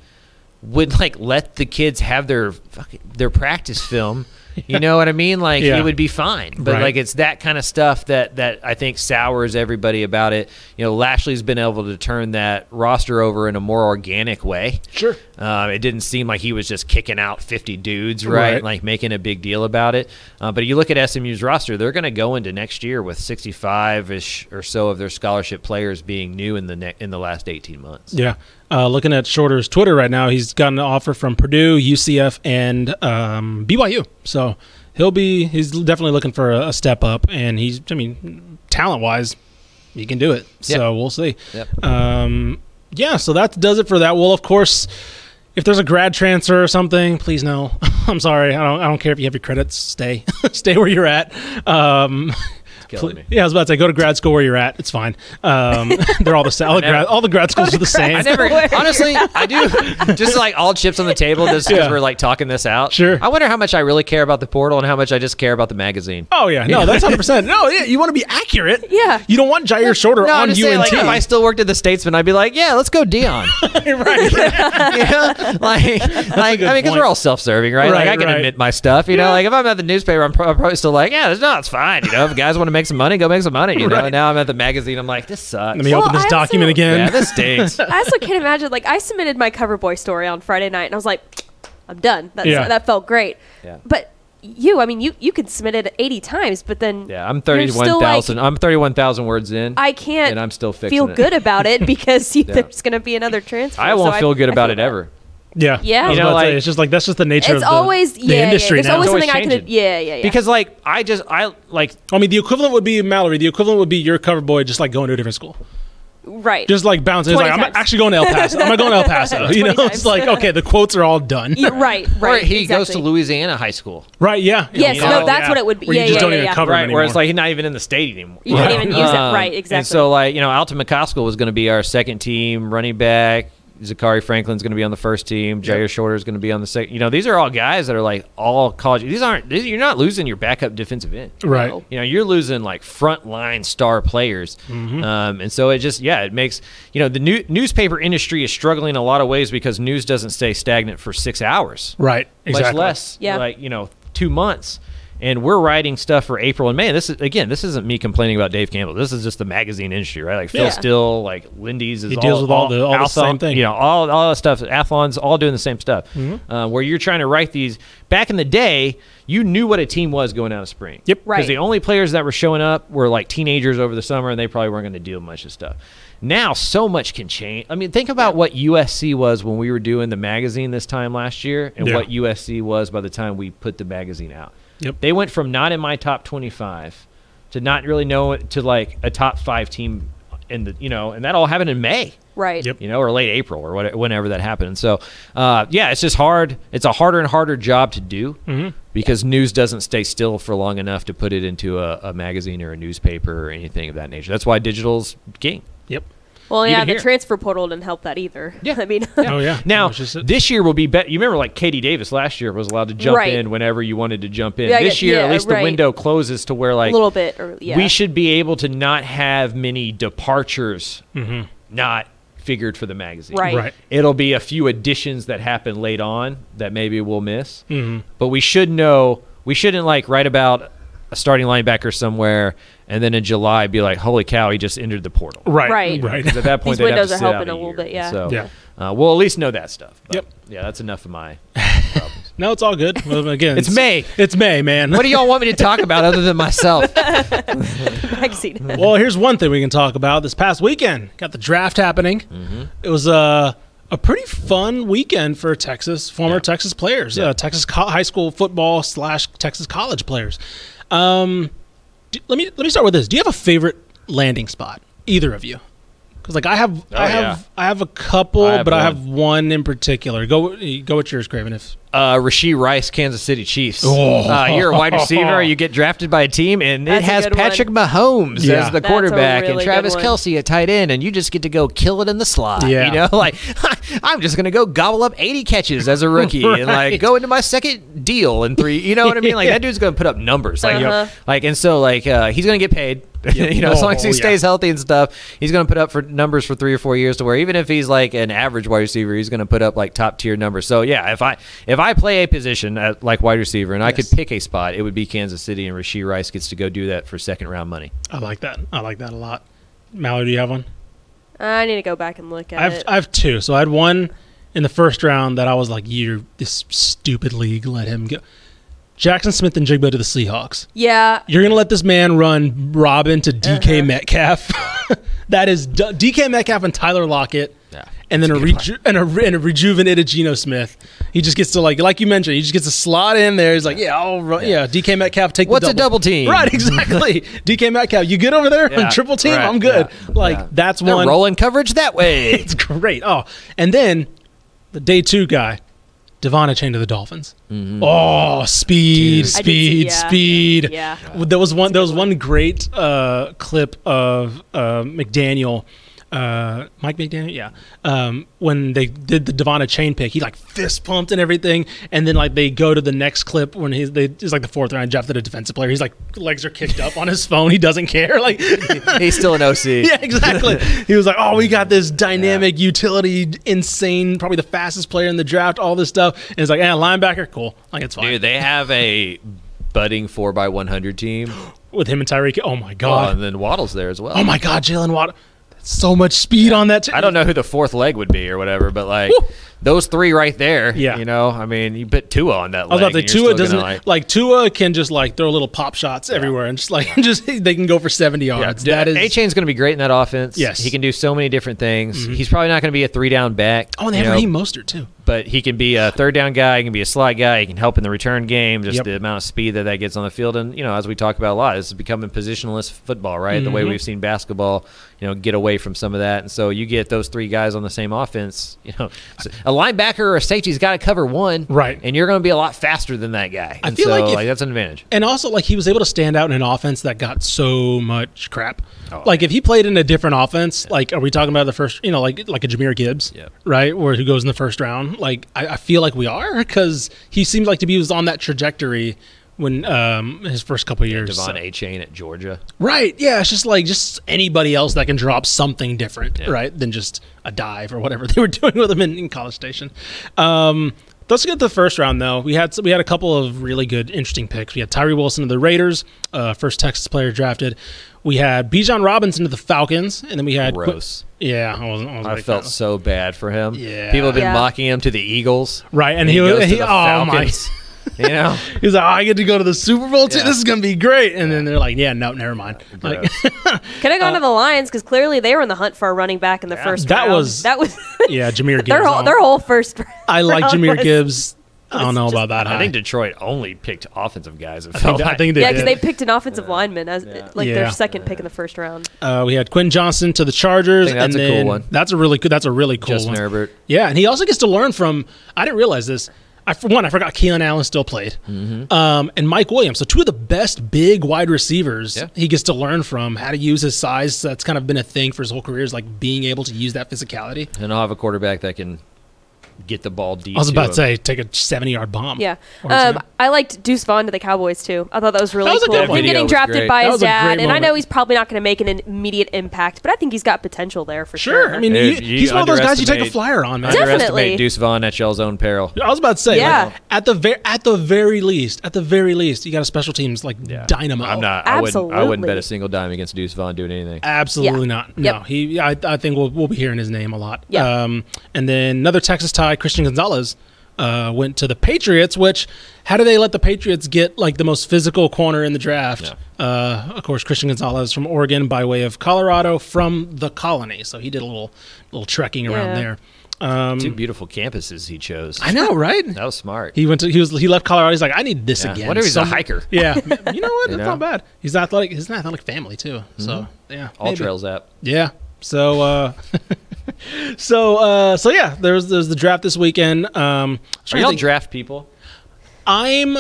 S6: would like let the kids have their fucking, their practice film. You know what I mean? Like
S1: Yeah.
S6: it would be fine, but
S1: Right.
S6: like it's that kind of stuff that that I think sours everybody about it. You know, Lashley's been able to turn that roster over in a more organic way.
S1: Sure.
S6: Um, it didn't seem like he was just kicking out 50 dudes, right?
S1: Right.
S6: and, Like making a big deal about it. Uh, but you look at SMU's roster, they're going to go into next year with 65 ish or so of their scholarship players being new in the ne- in the last 18 months.
S1: Yeah. Uh, looking at Shorter's Twitter right now, he's gotten an offer from Purdue, UCF, and um, BYU. So he'll be, he's definitely looking for a, a step up. And he's, I mean, talent wise, he can do it. So we'll see.
S6: Yep.
S1: Um, yeah. So that does it for that. Well, of course, if there's a grad transfer or something, please no. I'm sorry. I don't, I don't care if you have your credits. Stay, stay where you're at. Um,
S6: Killing me.
S1: yeah, I was about to say, go to grad school where you're at. It's fine. Um, they're all the sa- all the grad, all the grad schools are the same.
S6: I never,
S5: Where-
S6: honestly, I do just like all chips on the table just because
S1: Yeah.
S6: we're like talking this out.
S1: Sure.
S6: I wonder how much I really care about the portal and how much I just care about the magazine.
S1: Oh yeah, no, that's hundred percent. No, yeah, you want to be accurate.
S5: Yeah.
S1: you don't want Jair Shorter
S6: No, I'm
S1: on
S6: just
S1: UNT.
S6: saying, like, if I still worked at the Statesman, I'd be like, yeah, let's go Dion.
S1: right,
S6: you know? Like, like
S1: good
S6: I mean, because
S1: point.
S6: we're all self-serving, right?
S1: Right,
S6: like, I can
S1: right.
S6: admit my stuff. You know, like if I'm at the newspaper, I'm, pro- I'm probably still like, yeah, it's no, it's fine. You know, if guys want to make some money, go make some money. You know. And now I'm at the magazine. I'm like, this sucks.
S1: Let me
S5: Well,
S1: open this
S5: I
S1: document
S5: also-
S1: again.
S6: yeah, this stinks.
S5: I also can't imagine. Like, I submitted my cover boy story on Friday night, and I was like, "I'm done." That's,
S1: Yeah.
S5: That felt great.
S6: Yeah.
S5: But you, I mean, you you could submit it 80 times, but then
S6: yeah, I'm
S5: you're still,
S6: thirty-one
S5: like,
S6: thousand. I'm thirty-one thousand words in.
S5: I can't.
S6: And I'm still fixing
S5: feel
S6: it.
S5: good about it because you,
S6: Yeah.
S5: there's going to be another transfer.
S6: I won't
S5: so
S6: feel good
S5: I
S6: about
S5: feel
S6: it
S5: bad.
S6: ever.
S1: yeah,
S5: Yeah.
S1: I was
S5: You
S6: know,
S1: about to say,
S6: like-
S1: it's just like that's just the nature
S5: It's
S1: of the,
S5: always
S1: the
S5: yeah, yeah.
S1: industry
S5: There's
S1: now.
S5: always
S6: It's always
S5: something I could
S6: changing.
S5: yeah yeah yeah
S6: Because like I just I like
S1: I mean, the equivalent would be Mallory. The equivalent would be your cover boy, just like going to a different school,
S5: right
S1: just like bouncing. It's
S5: 20
S1: like I'm
S5: times.
S1: actually going to El Paso. I'm not going to El Paso. You know,
S5: 20
S1: it's
S5: times.
S1: like okay, the quotes are all done.
S5: You- right
S6: or
S5: right
S6: he goes
S5: exactly.
S6: to Louisiana high school.
S1: Right? Yeah.
S5: Yes,
S1: You
S6: no,
S1: know,
S5: that's what it would be.
S1: Where you
S5: Yeah,
S1: just
S5: yeah,
S1: don't
S5: yeah,
S1: even
S5: yeah.
S1: cover Uh,
S6: right,
S1: him
S6: where
S1: anymore.
S6: it's like he's not even in the state anymore.
S5: You can't even use it. Right,
S6: Um, And
S5: exactly.
S6: so, like, you know, Alton McCoskill was going to be our second team running back. Zachary Franklin's going to be on the first team. Jair Shorter is going to be on the second. You know, these are all guys that are like all college. These aren't. These, you're not losing your backup defensive end.
S1: right.
S6: You know, you're losing like frontline star players,
S1: Mm-hmm.
S6: um, and so it just yeah, it makes you know the new, newspaper industry is struggling in a lot of ways because news doesn't stay stagnant for six hours
S1: Right. Exactly.
S6: much less
S5: Yeah.
S6: like you know two months and we're writing stuff for april and may this is again this isn't me complaining about dave campbell this is just the magazine industry right like phil
S5: Yeah.
S6: still like lindy's is
S1: He deals with all the- all the same thing. Mm-hmm.
S6: you know all, all that stuff athlons all doing the same stuff uh, where you're trying to write these back in the day you knew what a team was going out of spring
S1: Yep.
S5: Right.
S6: because the only players that were showing up were like teenagers over the summer, and they probably weren't going to deal much with stuff. Now, so much can change. I mean, think about what USC was when we were doing the magazine this time last year, and
S1: Yeah.
S6: what USC was by the time we put the magazine out.
S1: Yep.
S6: They went from not in my top twenty-five to not really know it to like a top five team in the you know, and that all happened in May
S5: right
S1: Yep.
S6: you know, or late April or whatever, whenever that happened. And so, uh, yeah, it's just hard. It's a harder and harder job to do because news doesn't stay still for long enough to put it into a, a magazine or a newspaper or anything of that nature. That's why digital's king.
S1: Yep.
S5: well yeah
S6: Even
S5: the
S6: here.
S5: transfer portal didn't help that either
S6: Yeah.
S5: I mean
S1: Oh yeah.
S6: Now,
S1: It's just it.
S6: this year will be better. You remember, like Katie Davis last year was allowed to jump
S5: Right.
S6: in whenever you wanted to jump in.
S5: Yeah, I
S6: this
S5: get-
S6: year, at
S5: yeah,
S6: least the
S5: right.
S6: window closes to where,
S5: a
S6: like,
S5: little bit or yeah
S6: we should be able to not have many departures
S1: Mm-hmm.
S6: not figured for the magazine.
S5: Right.
S1: Right.
S6: It'll be a few additions that happen late on that maybe we'll miss. Mm-hmm. But we should know, we shouldn't like write about a starting linebacker somewhere and then in July be like, holy cow, he just entered the portal.
S1: Right.
S5: Right.
S1: Right.
S6: Because at that point,
S5: These
S6: they'd have
S5: windows
S6: to
S5: are
S6: sit out
S5: helping a little
S6: year.
S5: bit, yeah.
S6: So,
S1: Yeah.
S6: Uh, we'll at least know that stuff. But,
S1: Yep.
S6: Yeah, that's enough of my.
S1: No, it's all good. Well, again,
S6: It's May.
S1: It's May, man.
S6: What do y'all want me to talk about other than myself?
S5: magazine
S1: well, here's one thing we can talk about. This past weekend, got the draft happening.
S6: Mm-hmm.
S1: It was a a pretty fun weekend for Texas former Texas players, uh, Texas co- high school football slash Texas college players. Um, d let me let me start with this. Do you have a favorite landing spot, either of you? Because like I have,
S6: Oh,
S1: I have,
S6: yeah.
S1: I have a couple,
S6: I have
S1: but I
S6: one.
S1: have one in particular. Go go with yours, Craven. If
S6: uh, Rasheed Rice, Kansas City Chiefs.
S1: Oh.
S6: Uh, you're a wide receiver. You get drafted by a team, and
S5: That's a
S6: it has
S5: good one.
S6: Patrick Mahomes
S1: Yeah.
S6: as the
S5: That's a
S6: quarterback and
S5: really good
S6: Travis
S5: one.
S6: Kelsey at tight end, and you just get to go kill it in the slot.
S1: Yeah.
S6: You know, like I'm just gonna go gobble up 80 catches as a rookie and like
S1: Right.
S6: go into my second deal in three. You know what I mean? Like
S1: Yeah.
S6: that dude's gonna put up numbers. Like,
S5: Uh-huh.
S6: like, and so like uh, he's gonna get paid. you know, as long as he
S1: Oh, yeah.
S6: stays healthy and stuff, he's going to put up for numbers for three or four years to where even if he's like an average wide receiver, he's going to put up like top tier numbers. So yeah, if I if I play a position at, like wide receiver and I could pick a spot, it would be Kansas City, and Rasheed Rice gets to go do that for second round money.
S1: I like that. I like that a lot. Mallory, do you have one?
S5: I need to go back and look at
S1: I've
S5: it.
S1: I've two. So I had one in the first round that I was like, "You, this stupid league, let him go." Jackson Smith and Jigba to the Seahawks.
S5: yeah,
S1: You're gonna let this man run Robin to
S6: Uh-huh.
S1: DK Metcalf. that is du- DK Metcalf and Tyler Lockett.
S6: Yeah.
S1: And then a, reju- and, a re- and a rejuvenated Geno Smith. He just gets to like like you mentioned. He just gets to slot in there. He's like, yeah, I'll run. Yeah, DK Metcalf take.
S6: What's
S1: the
S6: a double team?
S1: Right, exactly. DK Metcalf, you good over there?
S6: Yeah,
S1: triple team.
S6: right,
S1: I'm good.
S6: yeah,
S1: Like
S6: yeah.
S1: that's
S6: They're
S1: one.
S6: rolling coverage that way.
S1: It's great. Oh, and then the day two guy, Devon Chain to the Dolphins. Oh, speed,
S5: Mm-hmm. I did see-
S1: speed,
S5: yeah.
S1: speed.
S5: Yeah.
S1: Well, There was one. There was one great uh, clip of uh, McDaniel. Uh, Mike McDaniel, yeah. Um, when they did the Devon Chain pick, he like fist pumped and everything, and then like they go to the next clip when he's they it's like the fourth round drafted a defensive player. He's like legs are kicked up on his phone. He doesn't care. Like
S6: he's still an OC.
S1: yeah, exactly. he was like, "Oh, we got this dynamic utility, insane, probably the fastest player in the draft, all this stuff." And it's like, "Yeah, linebacker, cool. Like it's fine
S6: Dude, they have a budding four x one hundred team,
S1: with him and Tyreek." Oh my
S6: oh,
S1: god!
S6: and then Waddle's there as well.
S1: Oh my god, Jalen Waddle, so much speed on that.
S6: I don't know who the fourth leg would be or whatever, but like
S1: Woo.
S6: those three right there.
S1: Yeah.
S6: You know, I mean, you put Tua on that
S1: I
S6: leg.
S1: was about to say
S6: and you're
S1: Tua
S6: still
S1: doesn't
S6: gonna,
S1: like, Tua can just like throw little pop shots everywhere and just like just they can go for seventy yards. That
S6: A
S1: is
S6: Chain's going to be great in that offense.
S1: Yes. Mm-hmm.
S6: He can do so many different things. He's probably not going to be a three down back.
S1: oh, and they
S6: you
S1: have
S6: know,
S1: Raheem Mostert too.
S6: But he can be a third down guy. He can be a slot guy. He can help in the return game, just
S1: Yep.
S6: the amount of speed that that gets on the field. And, you know, as we talk about a lot, this is becoming positionless football, right? The way
S1: Mm-hmm.
S6: we've seen basketball, you know, get away from some of that. And so you get those three guys on the same offense. You know, so a linebacker or a safety's got to cover one.
S1: Right.
S6: And you're going to be a lot faster than that guy.
S1: I
S6: And
S1: feel
S6: so,
S1: like if-
S6: like, that's an advantage.
S1: And also, like he was able to stand out in an offense that got so much crap.
S6: Oh,
S1: like if he played in a different offense, like are we talking about the first? You know, like like a Jameer Gibbs,
S6: Yep.
S1: right? Where who goes in the first round? Like I, I feel like we are because he seemed like to be was on that trajectory when um his first couple years.
S6: Devon
S1: so-
S6: A. Chain at Georgia.
S1: Right? Yeah, it's just like just anybody else that can drop something different,
S6: Yeah.
S1: right? Than just a dive or whatever they were doing with him in, in College Station. Um, let's get to the first round though. We had we had a couple of really good, interesting picks. We had Tyree Wilson of the Raiders, uh, first Texas player drafted. We had Bijan Robinson of the Falcons, and then we had
S6: Gross.
S1: yeah, I wasn't. I, wasn't
S6: I
S1: like
S6: felt
S1: that.
S6: so bad for him.
S1: Yeah.
S6: People have been
S5: Yeah.
S6: mocking him to the Eagles.
S1: right, and, he, was
S6: goes to
S1: he
S6: the
S1: oh
S6: Falcons. You know?
S1: my, he's like, oh, I get to go to the Super Bowl too.
S6: Yeah.
S1: This is gonna be great. And then they're like, yeah, no, never mind. Like,
S6: Gross.
S5: could have gone to the Lions because clearly they were in the hunt for a running back in the first.
S1: Uh, that
S5: round.
S1: was-
S5: that was
S1: yeah, Jameer Gibbs.
S5: their whole
S1: on-
S5: their whole first.
S1: I like
S5: round
S1: Jameer
S5: was-
S1: Gibbs. I don't know about that.
S6: I
S1: high.
S6: think Detroit only picked offensive guys. It
S1: I
S6: felt
S1: think- I
S6: like.
S1: think they
S5: Yeah,
S1: did.
S5: because they picked an offensive lineman as like
S1: Yeah.
S5: their second pick in the first round.
S1: uh, we had Quinn Johnson to the Chargers,
S6: I think that's
S1: and
S6: a cool
S1: then
S6: one.
S1: that's a really good. That's a really cool
S6: Justin
S1: one.
S6: Herbert.
S1: Yeah, and he also gets to learn from. I didn't realize this. I for one, I forgot Keelan Allen still played,
S6: Mm-hmm.
S1: um, and Mike Williams. So two of the best big wide receivers.
S6: Yeah.
S1: He gets to learn from how to use his size. So that's kind of been a thing for his whole career is like being able to use that physicality.
S6: and I'll have a quarterback that can get the ball deep.
S1: I was about
S6: him.
S1: to say take a seventy yard bomb.
S5: Yeah,
S1: Or his
S5: um,
S1: name.
S5: I liked Deuce Vaughn to the Cowboys too. I thought that was really
S1: That was a
S5: cool.
S1: good
S5: Him
S1: one.
S6: Video
S5: getting
S6: was great.
S5: drafted by
S1: That
S5: his
S1: was a
S5: dad,
S1: great
S5: and I know
S1: moment.
S5: he's probably not going to make an immediate impact, but I think he's got potential there for sure.
S1: sure. I mean,
S6: Dude,
S1: he-
S6: you
S1: he's one of those guys you take a
S6: underestimate-
S1: flyer on, man.
S5: Definitely.
S6: Underestimate Deuce Vaughn at y'all's own peril.
S1: I was about to say,
S5: Yeah.
S1: like, at the very at the very least, at the very least, you got a special teams like dynamo.
S6: I'm not. I wouldn't, I wouldn't
S5: Absolutely.
S6: bet a single dime against Deuce Vaughn doing anything.
S1: Absolutely
S5: Yeah.
S1: not. No,
S5: Yep.
S1: he. I, I think we'll we'll be hearing his name a lot.
S5: Yeah.
S1: Um, and then another Texas tie, Christian Gonzalez, uh, went to the Patriots. Which, how do they let the Patriots get like the most physical corner in the draft? Uh, of course, Christian Gonzalez from Oregon by way of Colorado from the Colony. So he did a little little trekking around
S5: Yeah.
S1: there.
S6: Two beautiful campuses he chose.
S1: Um, I know, right?
S6: That was smart.
S1: He went to he was he left Colorado. He's like, I need this
S6: Yeah.
S1: again.
S6: Wonder if he's a
S1: Some-
S6: hiker.
S1: Yeah, you know what? That's
S6: know? Mm-hmm.
S1: not bad. He's an athletic. He's an athletic family too. So yeah,
S6: All
S1: maybe.
S6: trails app.
S1: Yeah. So uh, So, uh, so yeah, there's there's the draft this weekend. Um,
S6: Are y'all draft people?
S1: I'm.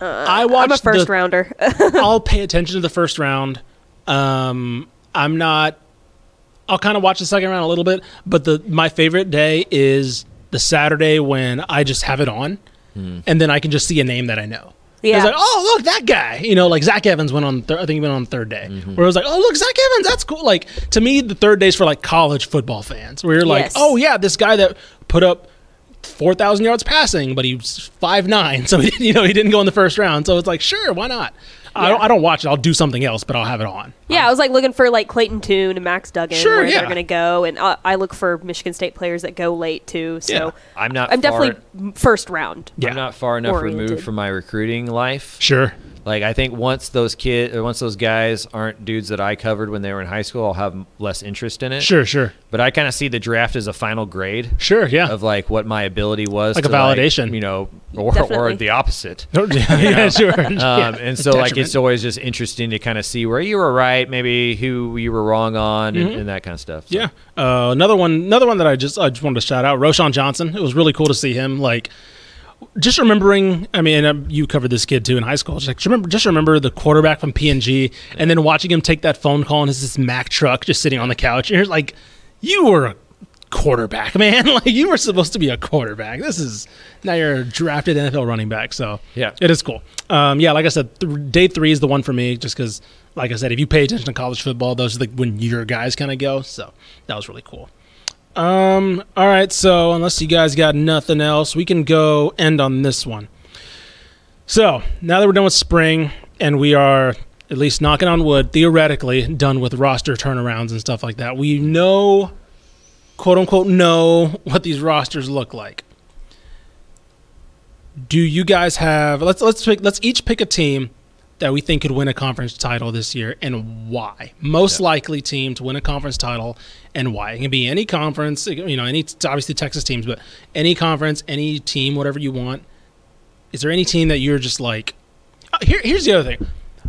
S1: I watched
S5: Uh, I'm a first
S1: the,
S5: rounder.
S1: I'll pay attention to the first round. Um, I'm not. I'll kind of watch the second round a little bit, but the my favorite day is the Saturday when I just have it on, and then I can just see a name that I know.
S5: Yeah.
S1: It's like, oh look, that guy. You know, like Zach Evans went on. Th- I think he went on the third day, where it was like, oh look, Zach Evans, that's cool. Like to me, the third day's for like college football fans, where you're like,
S5: Yes.
S1: oh yeah, this guy that put up four thousand yards passing, but he was five nine, so he, you know he didn't go in the first round. So it's like, sure, why not? I don't, I don't watch it. I'll do something else, but I'll have it on.
S5: yeah, I was like looking for like Clayton Toon and Max Duggan
S1: Sure,
S5: where
S1: yeah.
S5: they're gonna go, and uh, I, I look for Michigan State players that go late too. So
S1: Yeah.
S6: I'm not
S5: I'm
S6: far-
S5: definitely first round.
S1: Yeah,
S6: I'm not far enough removed
S5: Oriented.
S6: from my recruiting life.
S1: sure.
S6: Like I think once those kid, or once those guys aren't dudes that I covered when they were in high school, I'll have m- less interest in it.
S1: Sure, sure.
S6: But I kind of see the draft as a final grade.
S1: Sure, yeah.
S6: Of like what my ability was,
S1: Like a
S6: to,
S1: validation.
S6: you know, or, or
S5: Definitely.
S6: the opposite.
S1: yeah, sure.
S6: Um, and so, like, it's always just interesting to kind of see where you were right, maybe who you were wrong on, and, and that kind of stuff. So.
S1: Mm-hmm. Yeah. Uh, another one. Another one that I just I just wanted to shout out. Roshan Johnson. It was really cool to see him. Like, just remembering. I mean, and, um, you covered this kid too in high school. Just like just remember, just remember the quarterback from PNG, and then watching him take that phone call in his this Mack truck, just sitting on the couch. And you're like, you were a quarterback, man. like you were supposed to be a quarterback. This is now you're a drafted NFL running back. So
S6: Yeah.
S1: it is cool. Um, yeah, like I said, th- day three is the one for me, just because, like I said, if you pay attention to college football, those are the when your guys kind of go. So that was really cool. Um, all right, so unless you guys got nothing else, we can go end on this one. So now that we're done with spring and we are at least knocking on wood, theoretically done with roster turnarounds and stuff like that, we know, quote unquote, know what these rosters look like. Do you guys have? Let's let's pick, let's each pick a team that we think could win a conference title this year and why. Most likely team to win a conference title and why. It can be any conference, it can- you know, any obviously Texas teams, but any conference, any team, whatever you want. Is there any team that you're just like? Uh, Here, here's the other thing.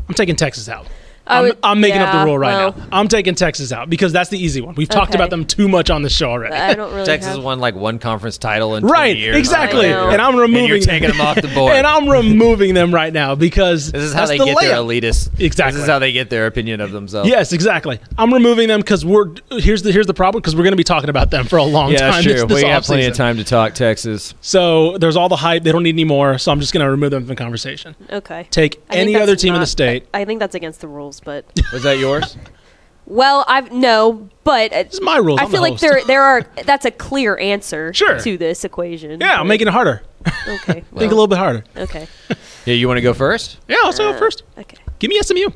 S1: I'm taking Texas out. I'm,
S5: would-
S1: I'm making up the
S5: yeah,
S1: rule right
S5: well.
S1: now. I'm taking Texas out because that's the easy one. We've talked
S5: Okay. Uh,
S1: about them too much on the show already.
S5: I don't really.
S6: Texas
S5: have-
S6: won like one conference title in 20
S1: Right,
S6: years.
S1: exactly.
S5: I know.
S1: And I'm removing
S6: you're taking them off the board.
S1: and I'm removing them right now because
S6: This is how
S1: that's
S6: they
S1: the
S6: get their
S1: layup.
S6: elitist.
S1: Exactly.
S6: This is how they get their opinion of themselves.
S1: Yes, exactly. I'm removing them because we're here's the here's the problem because we're going to be talking about them for a long
S6: Yeah,
S1: time.
S6: sure.
S1: This, this
S6: we have plenty
S1: offseason.
S6: of time to talk Texas.
S1: So there's all the hype. They don't need any more. So I'm just going to remove them from the conversation.
S5: Okay.
S1: Take
S5: I think
S1: any
S5: that's
S1: other team in the
S5: not-
S1: state.
S5: I think that's against the rules, but
S6: Was that yours?
S5: well, I've no, but uh, this
S1: is my rules.
S5: I
S1: I'm
S5: feel
S1: the
S5: like there
S1: host.
S5: there are that's a clear answer
S1: Sure.
S5: to this equation.
S1: Yeah, I'm making it harder.
S5: Okay. Well,
S1: Think a little bit harder.
S5: Okay.
S6: yeah, you want to go first?
S1: Yeah, I'll start out first.
S5: Okay.
S1: Give me SMU.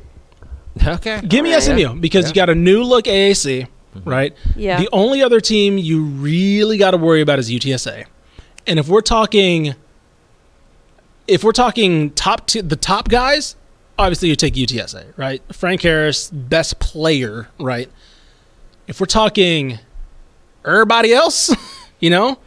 S6: Okay.
S1: Give me SMU because you got a new look AAC,
S6: Mm-hmm.
S1: right?
S5: Yeah.
S1: The only other team you really got to worry about is UTSA, and if we're talking, if we're talking top two, the top guys, obviously you take UTSA, right? Frank Harris, best player, right? If we're talking everybody else, you know,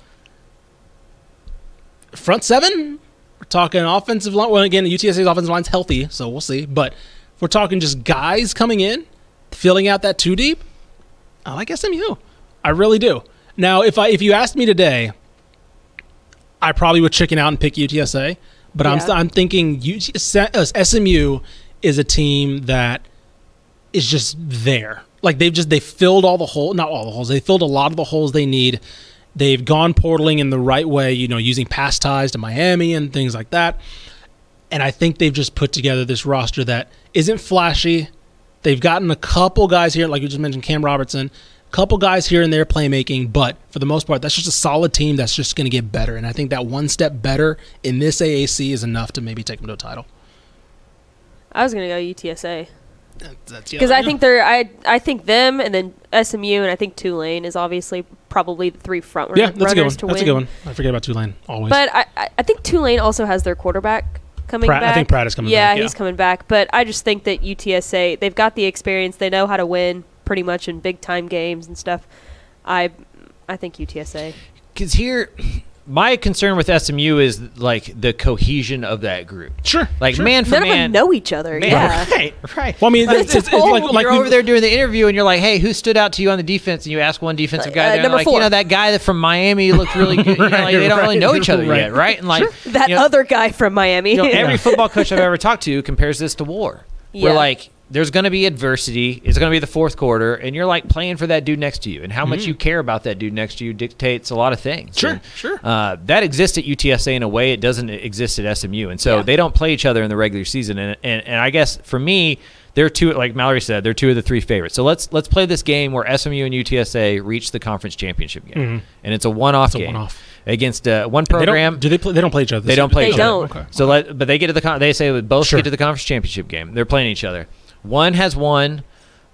S1: front seven, we're talking offensive line. Well, again, UTSA's offensive line's healthy, so we'll see. But if we're talking just guys coming in, filling out that two deep, Oh, I like SMU. I really do. Now, if I if you asked me today, I probably would chicken out and pick UTSA. But I'm
S5: Yeah.
S1: st- I'm thinking UTSA, uh, SMU is a team that is just there. Like they've just they filled all the hole, not all the holes. They filled a lot of the holes they need. They've gone portaling in the right way, you know, using past ties to Miami and things like that. And I think they've just put together this roster that isn't flashy. They've gotten a couple guys here, like you just mentioned, Cam Robertson, couple guys here and there playmaking, but for the most part, that's just a solid team that's just going to get better. And I think that one step better in this AAC is enough to maybe take them to a title.
S5: I was gonna go E UTSA
S1: Because
S5: because I think they're I I think them and then SMU and I think Tulane is obviously probably the three front run-
S1: yeah, that's a good one.
S5: runners
S1: That's
S5: to
S1: a
S5: win.
S1: good one. I forget about Tulane always.
S5: But I I- I think Tulane also has their quarterback coming
S1: Pratt- I
S5: back.
S1: think Pratt is coming
S5: yeah,
S1: back, yeah.
S5: he's coming back. But I just think that UTSA they've got the experience. They know how to win pretty much in big time games and stuff. I I think UTSA.
S6: Because here, my concern with SMU is like the cohesion of that group.
S1: Sure,
S6: Like
S1: sure.
S6: man for
S5: None
S6: man.
S5: of them know each other.
S6: Man,
S5: Yeah.
S6: Right, right.
S1: Well, I mean, it's, it's, it's like
S6: You're
S1: like we-
S6: over there doing the interview, and you're like, "Hey, who stood out to you on the defense?" And you ask one defensive
S5: Uh,
S6: guy, there, and they're
S5: number
S6: like,
S5: four.
S6: you know, that guy that from Miami looked really good. You know, like, they don't really
S1: Right,
S6: know each other
S1: right.
S6: yet, right? And like
S5: That
S6: you know,
S5: other guy from Miami.
S6: you know, every football coach I've ever talked to compares this to war. Where
S5: Yeah.
S6: like there's going to be adversity. It's going to be the fourth quarter, and you're like playing for that dude next to you, and how much you care about that dude next to you dictates a lot of things.
S1: Mm-hmm. Sure,
S6: And,
S1: sure.
S6: Uh, that exists at UTSA in a way it doesn't exist at SMU, and so they don't play each other in the regular season. And, and and I guess for me, they're two. Like Mallory said, they're two of the three favorites. So let's let's play this game where SMU and UTSA reach the conference championship game, and it's a one-off
S1: Mm-hmm. a
S6: game
S1: one-off.
S6: against uh, one
S1: they
S6: program.
S1: don't, do they play? They don't play each other.
S6: They don't play
S5: They
S6: each
S5: don't.
S6: other.
S1: Okay.
S6: So let, but they get to the con- they say that both
S1: Sure.
S6: get to the conference championship game. They're playing each other. One has won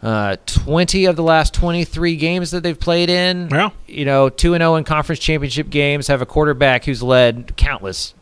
S6: uh, 20 of the last 23 games that they've played in.
S1: Yeah.
S6: You know, 2 and 0 in conference championship games, have a quarterback who's led countless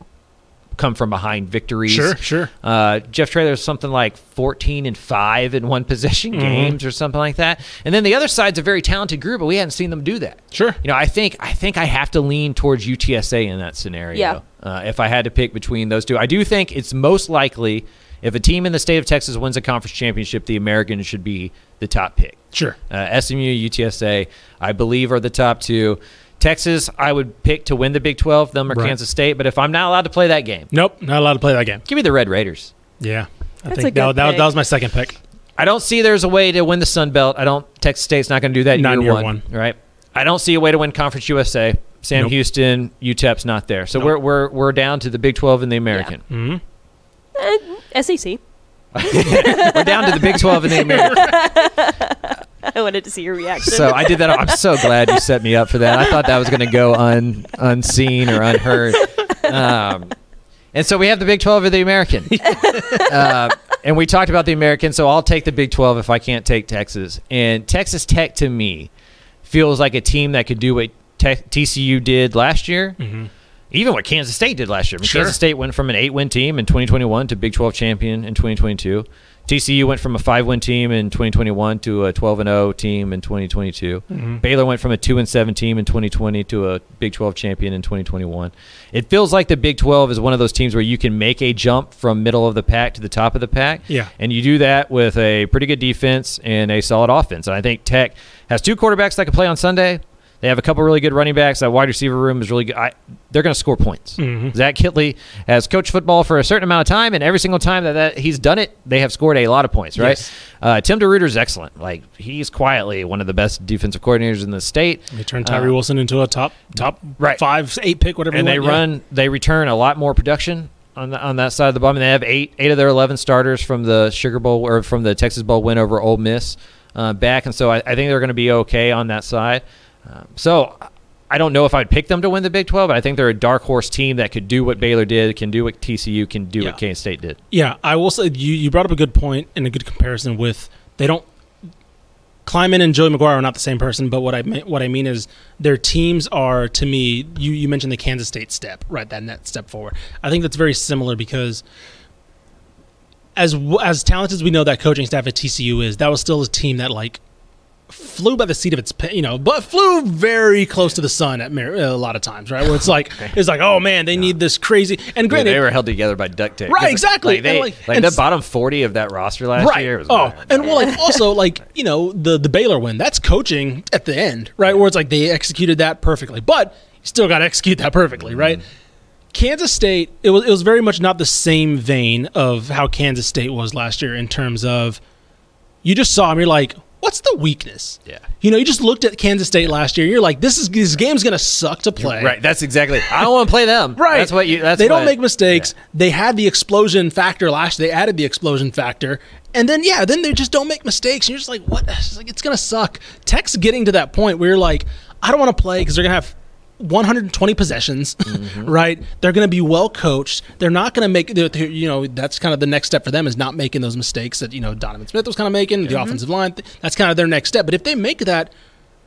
S6: come from behind victories.
S1: Sure, sure.
S6: Uh, Jeff Traylor's something like 14 and 5 in one possession
S1: Mm-hmm.
S6: games or something like that. And then the other side's a very talented group, but we hadn't seen them do that.
S1: Sure.
S6: You know, I think I think I have to lean towards UTSA in that scenario.
S5: Yeah.
S6: Uh, if I had to pick between those two, I do think it's most likely if a team in the state of Texas wins a conference championship, the American should be the top pick.
S1: Sure.
S6: Uh, SMU, UTSA, I believe are the top two. Texas, I would pick to win the Big 12, them or
S1: Right.
S6: Kansas State. But if I'm not allowed to play that game,
S1: Nope, not allowed to play that game.
S6: give me the Red Raiders.
S1: Yeah, I
S5: That's a
S1: think
S5: good
S1: that, that,
S5: pick.
S1: that was my second pick.
S6: I don't see there's a way to win the Sun Belt. I don't. Texas State's not going to do that in
S1: Not
S6: year,
S1: in year
S6: one,
S1: one.
S6: right? I don't see a way to win Conference USA. Sam
S1: Nope.
S6: Houston, UTEP's not there, so
S1: Nope. Mm.
S6: we're, we're we're down to the Big Twelve and the American.
S5: Eh, SEC.
S6: We're down to the Big Twelve and the American.
S5: I wanted to see your reaction.
S6: So I did that. I'm so glad you set me up for that. I thought that was going to go un, unseen or unheard. Um, and so we have the Big Twelve or the American. uh, and we talked about the American, so I'll take the Big 12 if I can't take Texas. And Texas Tech to me feels like a team that could do what Te- TCU did last year, even what Kansas State did last year. I mean,
S1: Mm-hmm. Sure.
S6: Kansas State went from an eight win team in 2021 to Big 12 champion in 2022. TCU went from a five win team in 2021 to a 12 and 0 team in 2022.
S1: Mm-hmm.
S6: Baylor went from a two and seven team in 2020 to a Big 12 champion in 2021. It feels like the Big 12 is one of those teams where you can make a jump from middle of the pack to the top of the pack.
S1: Yeah.
S6: And you do that with a pretty good defense and a solid offense. And I think Tech has two quarterbacks that can play on Sunday. They have a couple really good running backs. That wide receiver room is really good. I, they're going to score points.
S1: Mm-hmm.
S6: Zach Kitley has coached football for a certain amount of time, and every single time that, that he's done it, they have scored a lot of points, right?
S1: Yes.
S6: Uh, Tim DeRuiter is excellent. Like he's quietly one of the best defensive coordinators in the state.
S1: They turned Tyree
S6: Uh,
S1: Wilson into a top top
S6: Right.
S1: five eight pick whatever.
S6: and
S1: you
S6: they
S1: want. Yeah.
S6: run they return a lot more production on the, on that side of the ball. I mean, they have eight eight of their eleven starters from the Sugar Bowl or from the Texas Bowl win over Ole Miss uh, back, and so I, I think they're going to be okay on that side. Um, so I don't know if I'd pick them to win the Big Twelve, but I think they're a dark horse team that could do what Baylor did, can do what TCU can do,
S1: Yeah.
S6: what Kansas State did.
S1: Yeah, I will say you, you brought up a good point and a good comparison with they don't Kleiman and Joey McGuire are not the same person, but what I mean, what I mean is their teams are to me. You you mentioned the Kansas State step right that net step forward. I think that's very similar because as w- as talented as we know that coaching staff at TCU is, that was still a team that like flew by the seat of its pa- you know, but flew very close to the sun at Mar- a lot of times, right? Where it's like it's like oh man, they need this crazy and
S6: Yeah,
S1: granted
S6: they were held together by duct tape.
S1: Right,
S6: 'Cause,
S1: exactly.
S6: Like, they,
S1: And, like-
S6: like,
S1: and
S6: the
S1: s-
S6: bottom forty of that roster last
S1: right.
S6: year was
S1: oh,
S6: bad.
S1: and well, like also like you know the the Baylor win that's coaching at the end, right? Where it's like they executed that perfectly, but you still got to execute that perfectly,
S6: Mm-hmm.
S1: right? Kansas State, it was it was very much not the same vein of how Kansas State was last year in terms of you just saw him, you're like, what's the weakness?
S6: Yeah.
S1: you know, you just looked at Kansas State last year, you're like, this is this game's gonna suck to play,
S6: Right, that's exactly. I don't want to play them.
S1: Right.
S6: That's what you. That's
S1: they don't
S6: what-
S1: make mistakes. They had the explosion factor last. They added the explosion factor, and then yeah, then they just don't make mistakes. And you're just like, what? It's, like, it's gonna suck. Tech's getting to that point where you're like, I don't want to play because they're gonna have 120 possessions, right? They're gonna be well coached. They're not gonna make. they're- they're- You know, that's kind of the next step for them is not making those mistakes that you know Donovan Smith was kind of making. The offensive line. th- That's kind of their next step. But if they make that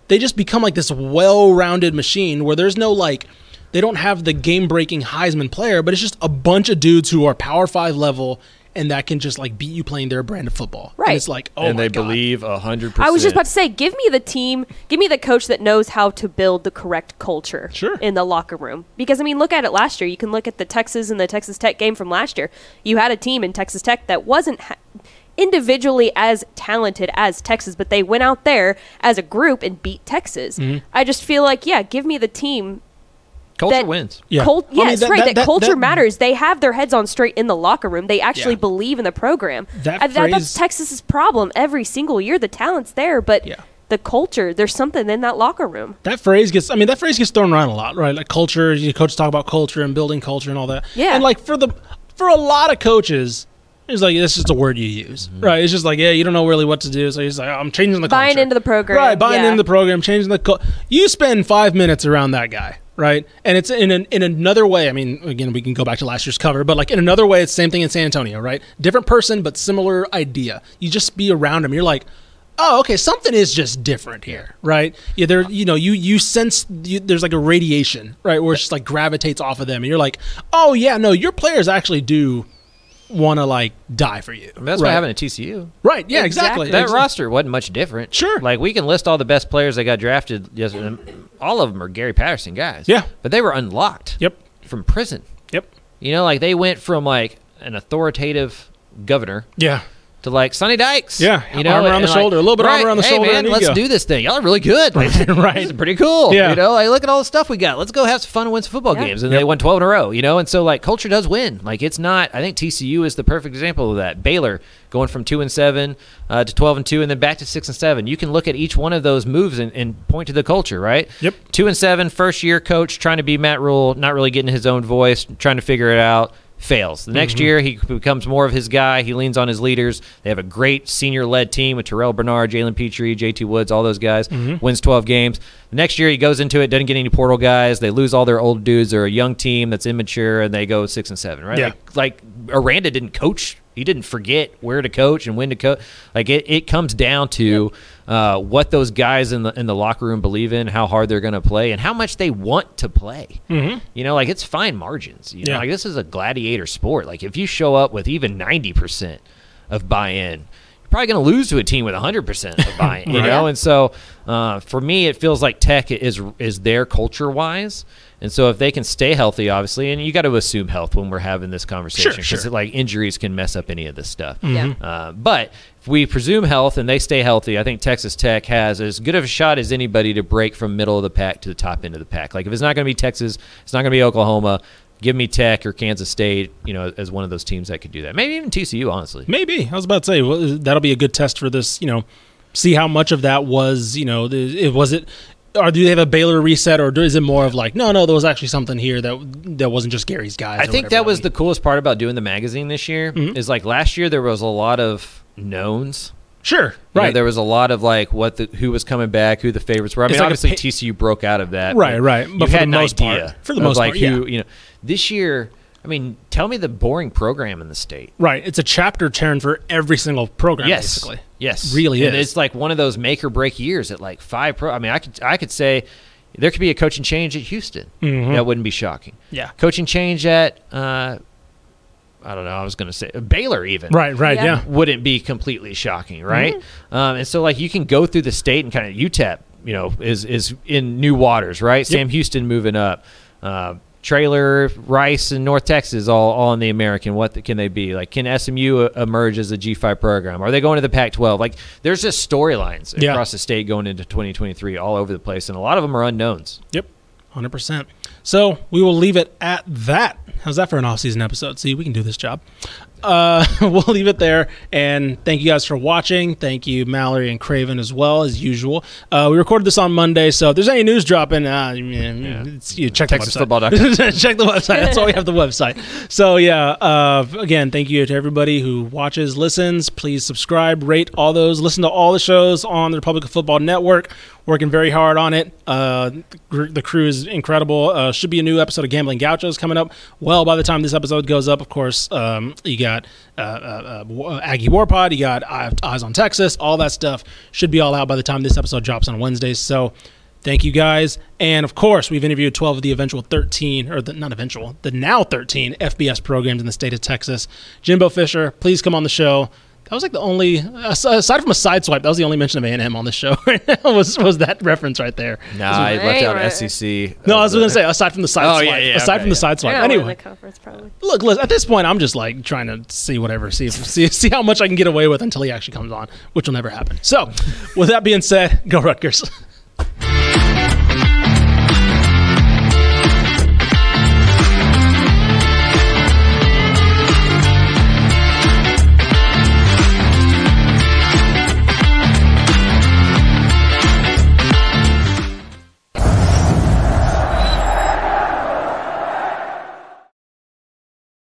S1: they just become like this well-rounded machine where there's no like they don't have the game-breaking Heisman player, but it's just a bunch of dudes who are Power 5 level and that can just like beat you playing their brand of football.
S5: Right.
S1: And it's like, oh,
S6: and
S1: my
S6: they
S1: God.
S6: believe believe hundred percent.
S5: I was just about to say, give me the team, give me the coach that knows how to build the correct culture
S1: Sure.
S5: in the locker room. Because I mean, look at it last year. You can look at the Texas and the Texas Tech game from last year. You had a team in Texas Tech that wasn't ha- individually as talented as Texas, but they went out there as a group and beat Texas. I just feel like, yeah, give me the team
S6: culture
S5: that-
S6: wins.
S1: Yeah.
S5: Cult-
S1: I mean,
S5: yes,
S1: that-
S5: right.
S1: that-
S5: That,
S1: that-
S5: culture
S1: that-
S5: matters. They have their heads on straight in the locker room. They actually
S1: Yeah.
S5: believe in the program.
S1: That
S5: I- that's
S1: phrase-
S5: Texas's problem every single year. The talent's there, but
S1: Yeah.
S5: the culture. There's something in that locker room.
S1: That phrase gets. I mean, that phrase gets thrown around a lot, right? Like culture. You coaches talk about culture and building culture and all that.
S5: Yeah.
S1: And like for the for a lot of coaches, it's like that's just a word you use,
S6: Mm-hmm.
S1: right? It's just like yeah, you don't know really what to do, so you're just like oh, I'm changing the
S5: Buying
S1: culture.
S5: into the program,
S1: right? Buying
S5: yeah.
S1: into the program, changing the culture. You spend five minutes around that guy. Right, and it's in an, in another way. I mean, again, we can go back to last year's cover, but like in another way, it's the same thing in San Antonio, right? Different person, but similar idea. You just be around him. You're like, oh okay something is just different here right yeah there you know you you sense you, there's like a radiation right where it's just like gravitates off of them and you're like oh yeah no your players actually do want to like die for you
S6: That's
S1: right
S6: what happened at TCU.
S1: right yeah exactly,
S6: That
S1: Ex-
S6: roster wasn't much different.
S1: Sure.
S6: Like we can list all the best players that got drafted. Yes, and all of them are Gary Patterson guys.
S1: Yeah.
S6: But they were unlocked.
S1: Yep.
S6: From prison.
S1: yep
S6: You know, like they went from like an authoritative governor
S1: yeah
S6: to like Sonny Dykes.
S1: Yeah,
S6: You know,
S1: arm around
S6: and
S1: the shoulder, a little bit of arm around the
S6: hey,
S1: shoulder,
S6: Man,
S1: and you
S6: let's
S1: go."
S6: do this thing. Y'all are really good. Like,
S1: Right.
S6: This is pretty cool.
S1: Yeah.
S6: You know, like look at all the stuff we got. Let's go have some fun and win some football
S5: Yeah.
S6: games. And they won 12 in a row, you know? And so, like, culture does win. Like, it's not, I think TCU is the perfect example of that. Baylor going from 2 and 7 uh, to 12 and 2 and then back to 6 and 7. You can look at each one of those moves and, and point to the culture, right?
S1: Yep.
S6: 2 and 7, first year coach trying to be Matt Rule, not really getting his own voice, trying to figure it out. Fails. The next year, he becomes more of his guy. He leans on his leaders. They have a great senior led team with Terrell Bernard, Jalen Petrie, JT Woods, all those guys. Wins 12 games. The next year, he goes into it, doesn't get any portal guys. They lose all their old dudes. They're a young team that's immature, and they go six and seven, right?
S1: Yeah.
S6: Like, like Aranda didn't coach. He didn't forget where to coach and when to coach. Like it, it comes down to uh, what those guys in the in the locker room believe in, how hard they're going to play, and how much they want to play. Mm-hmm. You know, like it's fine margins. You know,
S1: Yeah.
S6: like this is a gladiator sport. Like if you show up with even ninety percent of buy-in, you're probably going to lose to a team with hundred percent of buy-in. You know, and so uh, for me, it feels like Tech is is there culture wise. And so, if they can stay healthy, obviously, and you got to assume health when we're having this conversation
S1: Sure,
S6: because
S1: sure.
S6: like injuries can mess up any of this stuff.
S1: Mm-hmm.
S5: Yeah.
S6: Uh, but if we presume health and they stay healthy, I think Texas Tech has as good of a shot as anybody to break from middle of the pack to the top end of the pack. Like if it's not going to be Texas, it's not going to be Oklahoma. Give me Tech or Kansas State, you know, as one of those teams that could do that. Maybe even TCU, honestly.
S1: Maybe I was about to say well, that'll be a good test for this. You know, see how much of that was. You know, the, it was it. Or do they have a Baylor reset, or do- is it more of like, no, no, there was actually something here that that wasn't just Gary's guys?
S6: I
S1: or whatever
S6: think
S1: Mm-hmm.
S6: that was
S1: we-
S6: the coolest part about doing the magazine this year is like last year there was a lot of knowns.
S1: sure,
S6: You know,
S1: right?
S6: there was a lot of like what the who was coming back, who the favorites were. I mean,
S1: It's like a
S6: obviously
S1: pa-
S6: TCU broke out of that.
S1: Right, right. But
S6: you
S1: for
S6: had
S1: the
S6: an
S1: most part-
S6: idea
S1: for the
S6: of,
S1: most
S6: like
S1: part, yeah.
S6: who you know this year. I mean, tell me the boring program in the state.
S1: Right. It's a chapter turn for every single program,
S6: Yes,
S1: basically.
S6: yes,
S1: Really
S6: And
S1: is.
S6: It's like one of those make or break years at like five pro. I mean, I could I could say there could be a coaching change at Houston. That wouldn't be shocking.
S1: Mm-hmm. Yeah.
S6: coaching change at uh, I don't know. I was going to say Baylor even.
S1: Right, right,
S5: Yeah.
S1: yeah.
S6: wouldn't be completely shocking, right?
S1: Mm-hmm.
S6: Um, and so like you can go through the state and kind of UTEP, E you know, is is in new waters, right? Sam Houston moving up, uh, Trailer Rice and North Texas, all all in the American. What can they be like? Can SMU uh, emerge as a G five program? Are they going to the Pac twelve? Like there's just storylines
S1: Yeah.
S6: across the state going into 2023 all over the place, and a lot of them are unknowns.
S1: Yep. 100%. So we will leave it at that. How's that for an off-season episode? See, we can do this job. Uh, we'll leave it there. And thank you guys for watching. Thank you, Mallory and Craven, as well, as usual. Uh, we recorded this on Monday, so if there's any news dropping, uh, it's, you check the website.
S6: TexasFootball.com.
S1: check the website. That's why we have the website. So yeah, uh, again, thank you to everybody who watches, listens. Please subscribe, rate all those. Listen to all the shows on the Republic of Football Network. Working very hard on it. Uh, the gr- the crew is incredible. Uh, should be a new episode of Gambling Gauchos coming up. Well, by the time this episode goes up, of course, um, you got uh, uh, uh, Aggie Warpod, you uh, got Eye- Eyes on Texas, all that stuff should be all out by the time this episode drops on Wednesday. So Thank you guys. And of course, we've interviewed 12 of the eventual 13, or the, not eventual, the now 13 FBS programs in the state of Texas. Jimbo Fisher, please come on the show. That was like the only, as- aside from a side swipe, that was the only mention of A&M on the show right now, was, was that reference right there.
S6: Nah, I
S5: Right,
S6: left out E
S5: right.
S6: SEC.
S1: No, I was going to say, aside from the side
S6: Oh,
S1: swipe.
S6: yeah, yeah,
S1: aside
S6: okay,
S1: from the
S6: yeah.
S1: side swipe.
S5: They're not winning
S1: Anyway,
S5: the conference probably.
S1: look, Liz, at this point, I'm just like trying to see whatever, see, if, see, see how much I can get away with until he actually comes on, which will never happen. So, with that being said, go Rutgers.